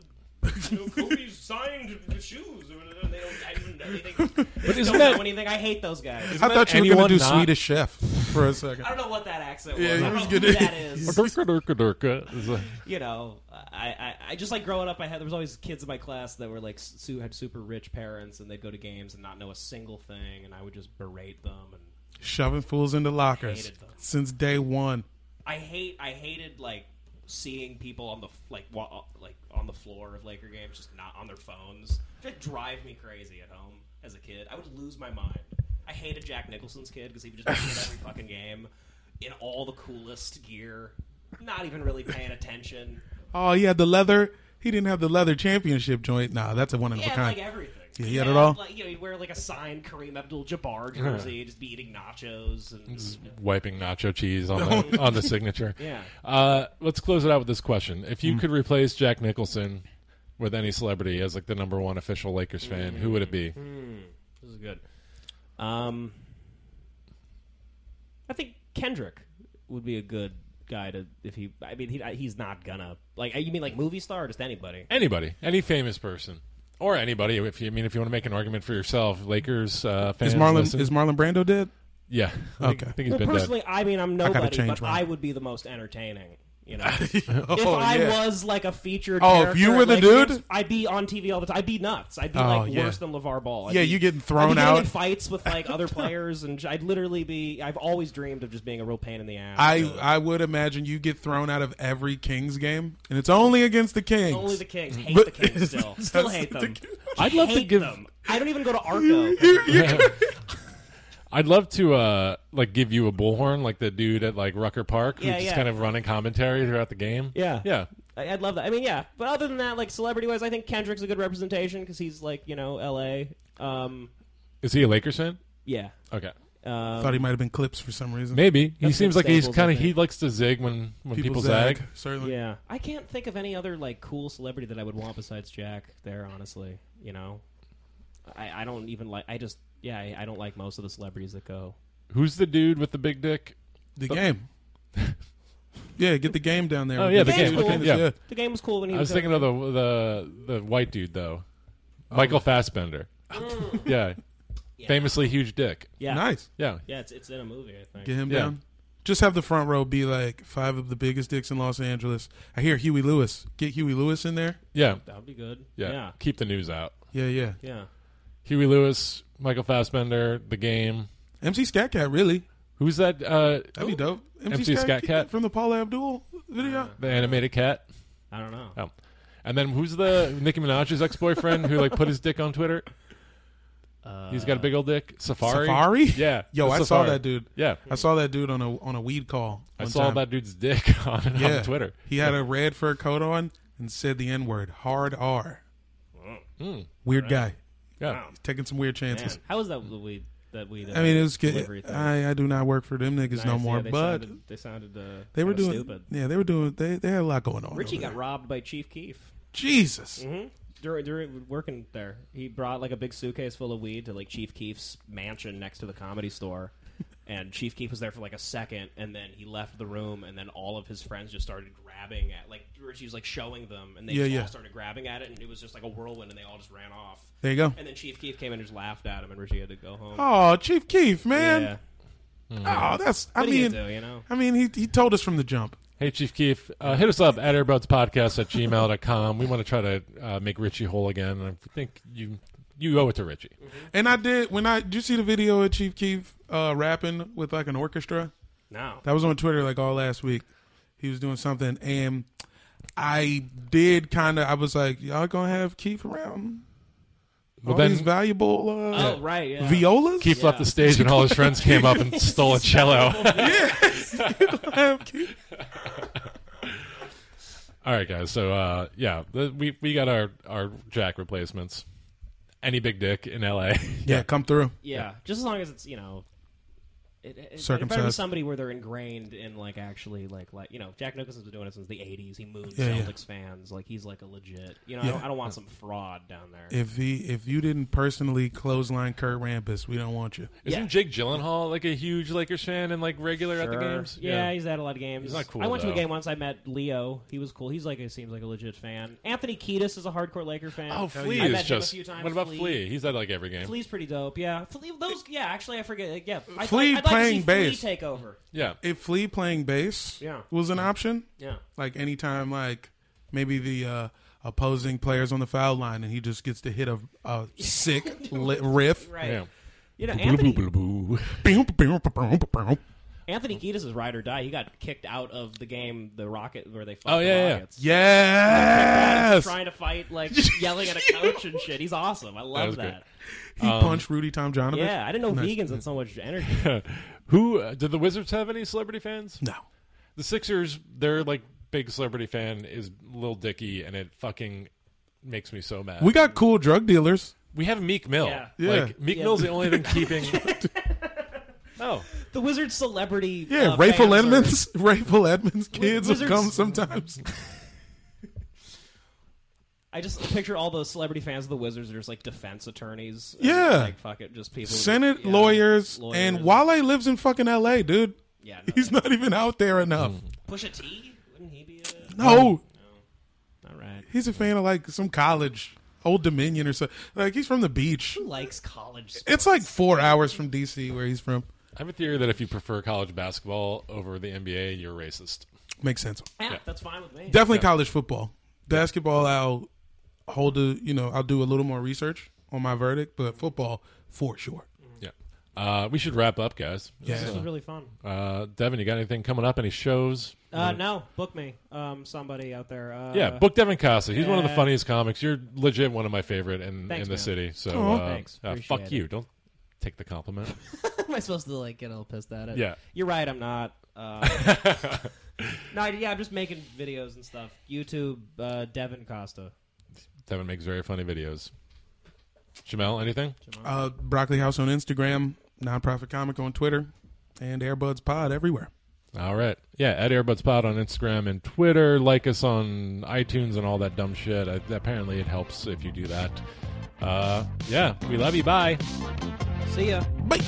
Speaker 3: you know, Kobe's signed the shoes, or whatever, and they don't, I don't know anything. But
Speaker 2: isn't
Speaker 3: don't
Speaker 2: that-
Speaker 3: know anything. I hate those guys.
Speaker 1: I thought you were
Speaker 2: Anyone
Speaker 1: going to do
Speaker 2: not-
Speaker 1: Swedish Chef for a second.
Speaker 3: I don't know what that accent was.
Speaker 1: Yeah,
Speaker 3: I
Speaker 1: it
Speaker 3: don't know
Speaker 1: was
Speaker 3: who
Speaker 1: good.
Speaker 3: that is.
Speaker 2: Durka, durka, durka. Is a-
Speaker 3: you know, I, I, I just like growing up. I had there was always kids in my class that were like su- had super rich parents, and they'd go to games and not know a single thing, and I would just berate them. And
Speaker 1: Shoving fools into lockers
Speaker 3: Hated them.
Speaker 1: since day one.
Speaker 3: I hate, I hated like seeing people on the f- like wa- uh, like on the floor of Laker games, just not on their phones. Just drive me crazy at home as a kid. I would lose my mind. I hated Jack Nicholson's kid because he would just be at every fucking game in all the coolest gear, not even really paying attention.
Speaker 1: Oh, he had the leather. He didn't have the leather championship joint. Nah, that's a one of
Speaker 3: Yeah,
Speaker 1: a kind.
Speaker 3: like everything.
Speaker 1: Yeah, he had it all?
Speaker 3: Like, you know, he'd wear like a signed Kareem Abdul-Jabbar jersey, just be eating nachos
Speaker 1: Mm-hmm.
Speaker 3: and
Speaker 2: wiping nacho cheese on the, on the signature.
Speaker 3: Yeah.
Speaker 2: Uh, let's close it out with this question: If
Speaker 1: Hmm.
Speaker 2: you could replace Jack Nicholson with any celebrity as like the number one official Lakers fan, who would it be?
Speaker 3: This is good. Um, I think Kendrick would be a good guy to if he. I mean, he, he's not gonna like. You mean like movie star, or just anybody?
Speaker 2: Anybody, any famous person, or anybody. If you I mean, if you want to make an argument for yourself, Lakers uh, fans.
Speaker 1: Is Marlon
Speaker 2: listen.
Speaker 1: is Marlon Brando dead?
Speaker 2: yeah. I think,
Speaker 1: Okay.
Speaker 2: I think he's
Speaker 3: Well,
Speaker 2: been dead.
Speaker 3: personally, I mean, I'm
Speaker 1: gotta
Speaker 3: nobody,
Speaker 1: change
Speaker 3: but
Speaker 1: mine.
Speaker 3: I would be the most entertaining. You know, if
Speaker 1: Oh,
Speaker 3: I
Speaker 1: yeah.
Speaker 3: was like a featured.
Speaker 1: Oh, if
Speaker 3: character
Speaker 1: you were
Speaker 3: at
Speaker 1: the
Speaker 3: Lakers,
Speaker 1: dude?
Speaker 3: I'd be on TV all the time. I'd be nuts. I'd be
Speaker 1: Oh,
Speaker 3: like
Speaker 1: yeah.
Speaker 3: worse than LeVar Ball. I'd
Speaker 1: Yeah,
Speaker 3: be-
Speaker 1: you getting
Speaker 3: I'd be
Speaker 1: thrown
Speaker 3: getting
Speaker 1: out.
Speaker 3: in fights with like other players, and I'd literally be. I've always dreamed of just being a real pain in the ass.
Speaker 1: I I would imagine you get thrown out of every Kings game, and it's only against the Kings.
Speaker 3: Only the Kings. Hate
Speaker 1: But-
Speaker 3: the Kings still. Still hate them.
Speaker 2: I'd love to
Speaker 3: hate
Speaker 2: give.
Speaker 3: them. I don't even go to Arco.
Speaker 2: I'd love to uh, like give you a bullhorn, like the dude at like Rucker Park, who
Speaker 3: Yeah,
Speaker 2: just
Speaker 3: yeah.
Speaker 2: kind of running commentary throughout the game.
Speaker 3: Yeah.
Speaker 2: yeah.
Speaker 3: I- I'd love that. I mean, yeah. But other than that, like celebrity wise, I think Kendrick's a good representation because he's like you know L.A. Um,
Speaker 2: Is he a Lakers fan?
Speaker 3: yeah.
Speaker 2: Okay.
Speaker 3: Um,
Speaker 1: Thought he might have been clips for some reason.
Speaker 2: Maybe he
Speaker 3: That's
Speaker 2: seems
Speaker 3: what
Speaker 2: like he's
Speaker 3: Staples,
Speaker 2: kind
Speaker 3: I
Speaker 2: of he
Speaker 3: think.
Speaker 2: likes to zig when when people, zag.
Speaker 1: certainly.
Speaker 3: yeah. I can't think of any other like cool celebrity that I would want besides Jack. There, honestly, you know, I, I don't even like. I just yeah, I, I don't like most of the celebrities that go.
Speaker 2: Who's the dude with the big dick?
Speaker 1: The game. yeah, get the game down there.
Speaker 2: Oh, yeah,
Speaker 3: the game.
Speaker 1: Kings,
Speaker 3: Okay,
Speaker 2: yeah.
Speaker 3: The game was cool when he
Speaker 2: I
Speaker 3: was.
Speaker 2: was thinking of the the the white dude though, Michael Fassbender.
Speaker 3: Mm.
Speaker 2: yeah. famously huge dick.
Speaker 3: yeah,
Speaker 1: Nice.
Speaker 2: Yeah,
Speaker 3: Yeah, it's, it's in a movie. I think.
Speaker 1: Get him
Speaker 2: Yeah.
Speaker 1: down. Just have the front row be like five of the biggest dicks in Los Angeles. I hear Huey Lewis. Get Huey Lewis in there.
Speaker 2: yeah,
Speaker 3: That would be good.
Speaker 2: yeah,
Speaker 3: Yeah.
Speaker 2: Keep the news out.
Speaker 1: Yeah, yeah.
Speaker 3: yeah.
Speaker 2: Huey Lewis, Michael Fassbender, the game.
Speaker 1: MC Scat Cat, really?
Speaker 2: Who's that? Uh,
Speaker 1: That'd be dope.
Speaker 2: MC Scat Cat.
Speaker 1: from the Paula Abdul video.
Speaker 2: the animated cat.
Speaker 3: I don't know.
Speaker 2: Oh. And then who's the Nicki Minaj's ex boyfriend who like put his dick on Twitter? He's got a big old dick. Safari.
Speaker 1: Safari?
Speaker 2: Yeah.
Speaker 1: Yo,
Speaker 2: the
Speaker 1: I saw
Speaker 2: Safari.
Speaker 1: that dude.
Speaker 2: Yeah.
Speaker 1: I saw that dude on a on a weed call.
Speaker 2: I
Speaker 1: one
Speaker 2: saw
Speaker 1: time.
Speaker 2: that dude's dick on,
Speaker 1: Yeah,
Speaker 2: on Twitter.
Speaker 1: He had a red fur coat on and said the N word, hard R. Weird guy.
Speaker 2: Yeah.
Speaker 1: He's taking some weird
Speaker 3: Hmm. Man,
Speaker 1: chances.
Speaker 3: how is that the weed that weed?
Speaker 1: I mean, it was
Speaker 3: Delivery
Speaker 1: good.
Speaker 3: thing.
Speaker 1: I, I do not work for them niggas no more.
Speaker 3: they
Speaker 1: but
Speaker 3: sounded, they sounded uh,
Speaker 1: they were
Speaker 3: kinda
Speaker 1: doing,
Speaker 3: stupid.
Speaker 1: yeah, they were doing. They they had a lot going on.
Speaker 3: Richie
Speaker 1: over
Speaker 3: got
Speaker 1: there.
Speaker 3: robbed by Chief Keef.
Speaker 1: Jesus.
Speaker 3: Mm-hmm. During, during working there, he brought like a big suitcase full of weed to like Chief Keef's mansion next to the comedy store, and Chief Keef was there for like a second, and then he left the room, and then all of his friends just started grabbing at like Richie was like showing them, and they
Speaker 1: Yeah,
Speaker 3: just
Speaker 1: yeah.
Speaker 3: all started grabbing at it, and it was just like a whirlwind, and they all just ran off.
Speaker 1: There you go.
Speaker 3: And then Chief Keef came and just laughed at him, and Richie had to go home.
Speaker 1: Oh, Chief Keef,
Speaker 3: yeah,
Speaker 1: man.
Speaker 2: Mm-hmm.
Speaker 1: Oh, that's. I
Speaker 3: what do you
Speaker 1: mean,
Speaker 3: do? You know,
Speaker 1: I mean, he he told us from the jump.
Speaker 2: Hey, Chief Keef, uh, hit us up at airbudspodcast at gmail.com. We want to try to uh, make Richie whole again. And I think you you owe it to Richie.
Speaker 1: And I did when I did you see the video of Chief Keef uh, rapping with like an orchestra?
Speaker 3: no.
Speaker 1: That was on Twitter like all last week. He was doing something, and I did kind of. I was like, "Y'all gonna have Keith around?
Speaker 2: Well,
Speaker 1: all
Speaker 2: then-
Speaker 1: these valuable uh,
Speaker 3: Oh right, yeah.
Speaker 1: violas?
Speaker 2: Keef left the stage and all his friends came up and stole a cello.
Speaker 1: Have Keith-
Speaker 2: all right, guys. So, uh, yeah, th- we, we got our, our Jack replacements. Any big dick in LA.
Speaker 1: yeah, come through.
Speaker 3: Yeah, just as long as it's you know, it, it, it better be
Speaker 1: Circumcised.
Speaker 3: somebody where they're ingrained in like actually like like you know Jack Nicholson's been doing it since the '80s. He moved
Speaker 1: Yeah, yeah.
Speaker 3: Celtics fans like he's like a legit. You know, I, don't, I don't want some fraud down there.
Speaker 1: If he, if you didn't personally clothesline Kurt Rampus, we don't want you.
Speaker 2: Isn't
Speaker 3: Yeah.
Speaker 2: Jake Gyllenhaal like a huge Lakers fan and like regular at the
Speaker 3: Sure.
Speaker 2: games?
Speaker 3: Yeah, he's at a lot of games.
Speaker 2: He's not cool,
Speaker 3: I went to
Speaker 2: though.
Speaker 3: a game once. I met Leo. He was cool. He's like, it seems like a legit fan. Anthony Kiedis is a hardcore Laker fan.
Speaker 2: Oh, Flea
Speaker 3: I
Speaker 2: is
Speaker 3: met him
Speaker 2: just.
Speaker 3: a few times.
Speaker 2: What about Flea?
Speaker 3: Flea?
Speaker 2: He's at like every game.
Speaker 3: Flea's pretty dope. Yeah, Flea, those. Yeah, actually, I forget. Yeah, I'd,
Speaker 1: Flea
Speaker 3: like, I'd like to see
Speaker 1: playing bass.
Speaker 3: Flea take over.
Speaker 2: Yeah.
Speaker 1: If Flea playing bass
Speaker 3: Yeah.
Speaker 1: was an option,
Speaker 3: Yeah.
Speaker 1: like anytime, like maybe the uh, opposing players on the foul line, and he just gets to hit a, a sick li- riff.
Speaker 3: Right.
Speaker 2: Yeah.
Speaker 3: You know, Anthony,
Speaker 2: Boo-boo-boo.
Speaker 3: Anthony Kiedis is ride or die. He got kicked out of the game, the Rocket, where they fucked
Speaker 2: Oh,
Speaker 3: the
Speaker 2: yeah, yeah.
Speaker 3: Rockets.
Speaker 1: Yes,
Speaker 3: Trying to fight, like yelling at a coach and shit. He's awesome. I love
Speaker 2: was good.
Speaker 3: that.
Speaker 1: He punched Rudy Tom Johnson.
Speaker 3: Um, Yeah, I didn't know vegans had so much energy.
Speaker 2: Who uh, did the Wizards have any celebrity fans?
Speaker 1: No.
Speaker 2: The Sixers, their like big celebrity fan is Lil Dicky, and it fucking makes me so mad.
Speaker 3: Oh,
Speaker 1: We got cool drug dealers.
Speaker 2: we have Meek Mill.
Speaker 3: Yeah.
Speaker 1: Yeah.
Speaker 2: Like Meek Mill's the only thing keeping. no,
Speaker 3: Oh, The Wizards celebrity.
Speaker 1: Yeah,
Speaker 3: uh,
Speaker 1: Rayful
Speaker 3: fans are-
Speaker 1: Edmonds, Rayful Edmonds kids have
Speaker 3: Wizards-
Speaker 1: come sometimes.
Speaker 3: I just picture all those celebrity fans of the Wizards are just like defense attorneys. and,
Speaker 1: Yeah.
Speaker 3: like fuck it, just people.
Speaker 1: Senate
Speaker 3: yeah,
Speaker 1: lawyers, and
Speaker 3: lawyers.
Speaker 1: Wale lives in fucking L.A., dude.
Speaker 3: Yeah, no,
Speaker 1: He's not even out there enough.
Speaker 3: Pusha T. Wouldn't he be? A...
Speaker 1: No,
Speaker 3: All right.
Speaker 1: he's a fan of like some college, Old Dominion or something. Like he's from the beach.
Speaker 3: Who likes college? Sports?
Speaker 1: It's like four hours from D.C. where he's from.
Speaker 2: I have a theory that if you prefer college basketball over the NBA, you're racist.
Speaker 1: Makes sense.
Speaker 3: yeah, that's fine with me.
Speaker 1: Definitely college football. Basketball, I'll hold a you know I'll do a little more research on my verdict, but football for sure.
Speaker 2: Yeah. Uh, we should wrap up, guys.
Speaker 3: this
Speaker 1: Yeah,
Speaker 3: was really fun.
Speaker 2: Uh, Devin, you got anything coming up? Any shows?
Speaker 3: Uh, no, book me. Um, somebody out there. Uh,
Speaker 2: yeah, book Devin Casa. He's one of the
Speaker 3: yeah.
Speaker 2: funniest comics. You're legit one of my favorite in,
Speaker 3: Thanks,
Speaker 2: in the
Speaker 3: man.
Speaker 2: city. So
Speaker 1: Aw.
Speaker 2: uh,
Speaker 3: Thanks.
Speaker 2: uh,
Speaker 3: Appreciate
Speaker 2: fuck
Speaker 3: it.
Speaker 2: you. Don't take the compliment.
Speaker 6: Am I supposed to like get all pissed at it?
Speaker 2: yeah.
Speaker 3: You're right. I'm not. Uh, no, I- yeah, I'm just making videos and stuff. YouTube, uh, Devin Costa.
Speaker 2: Devin makes very funny videos. Jamel, anything?
Speaker 1: uh, Broccoli House on Instagram, nonprofit comic on Twitter, and Airbuds Pod everywhere.
Speaker 2: All right. Yeah, at Airbuds Pod on Instagram and Twitter. Like us on iTunes and all that dumb shit. I, apparently, it helps if you do that. Uh, yeah, we love you. Bye.
Speaker 3: See ya.
Speaker 1: Bye.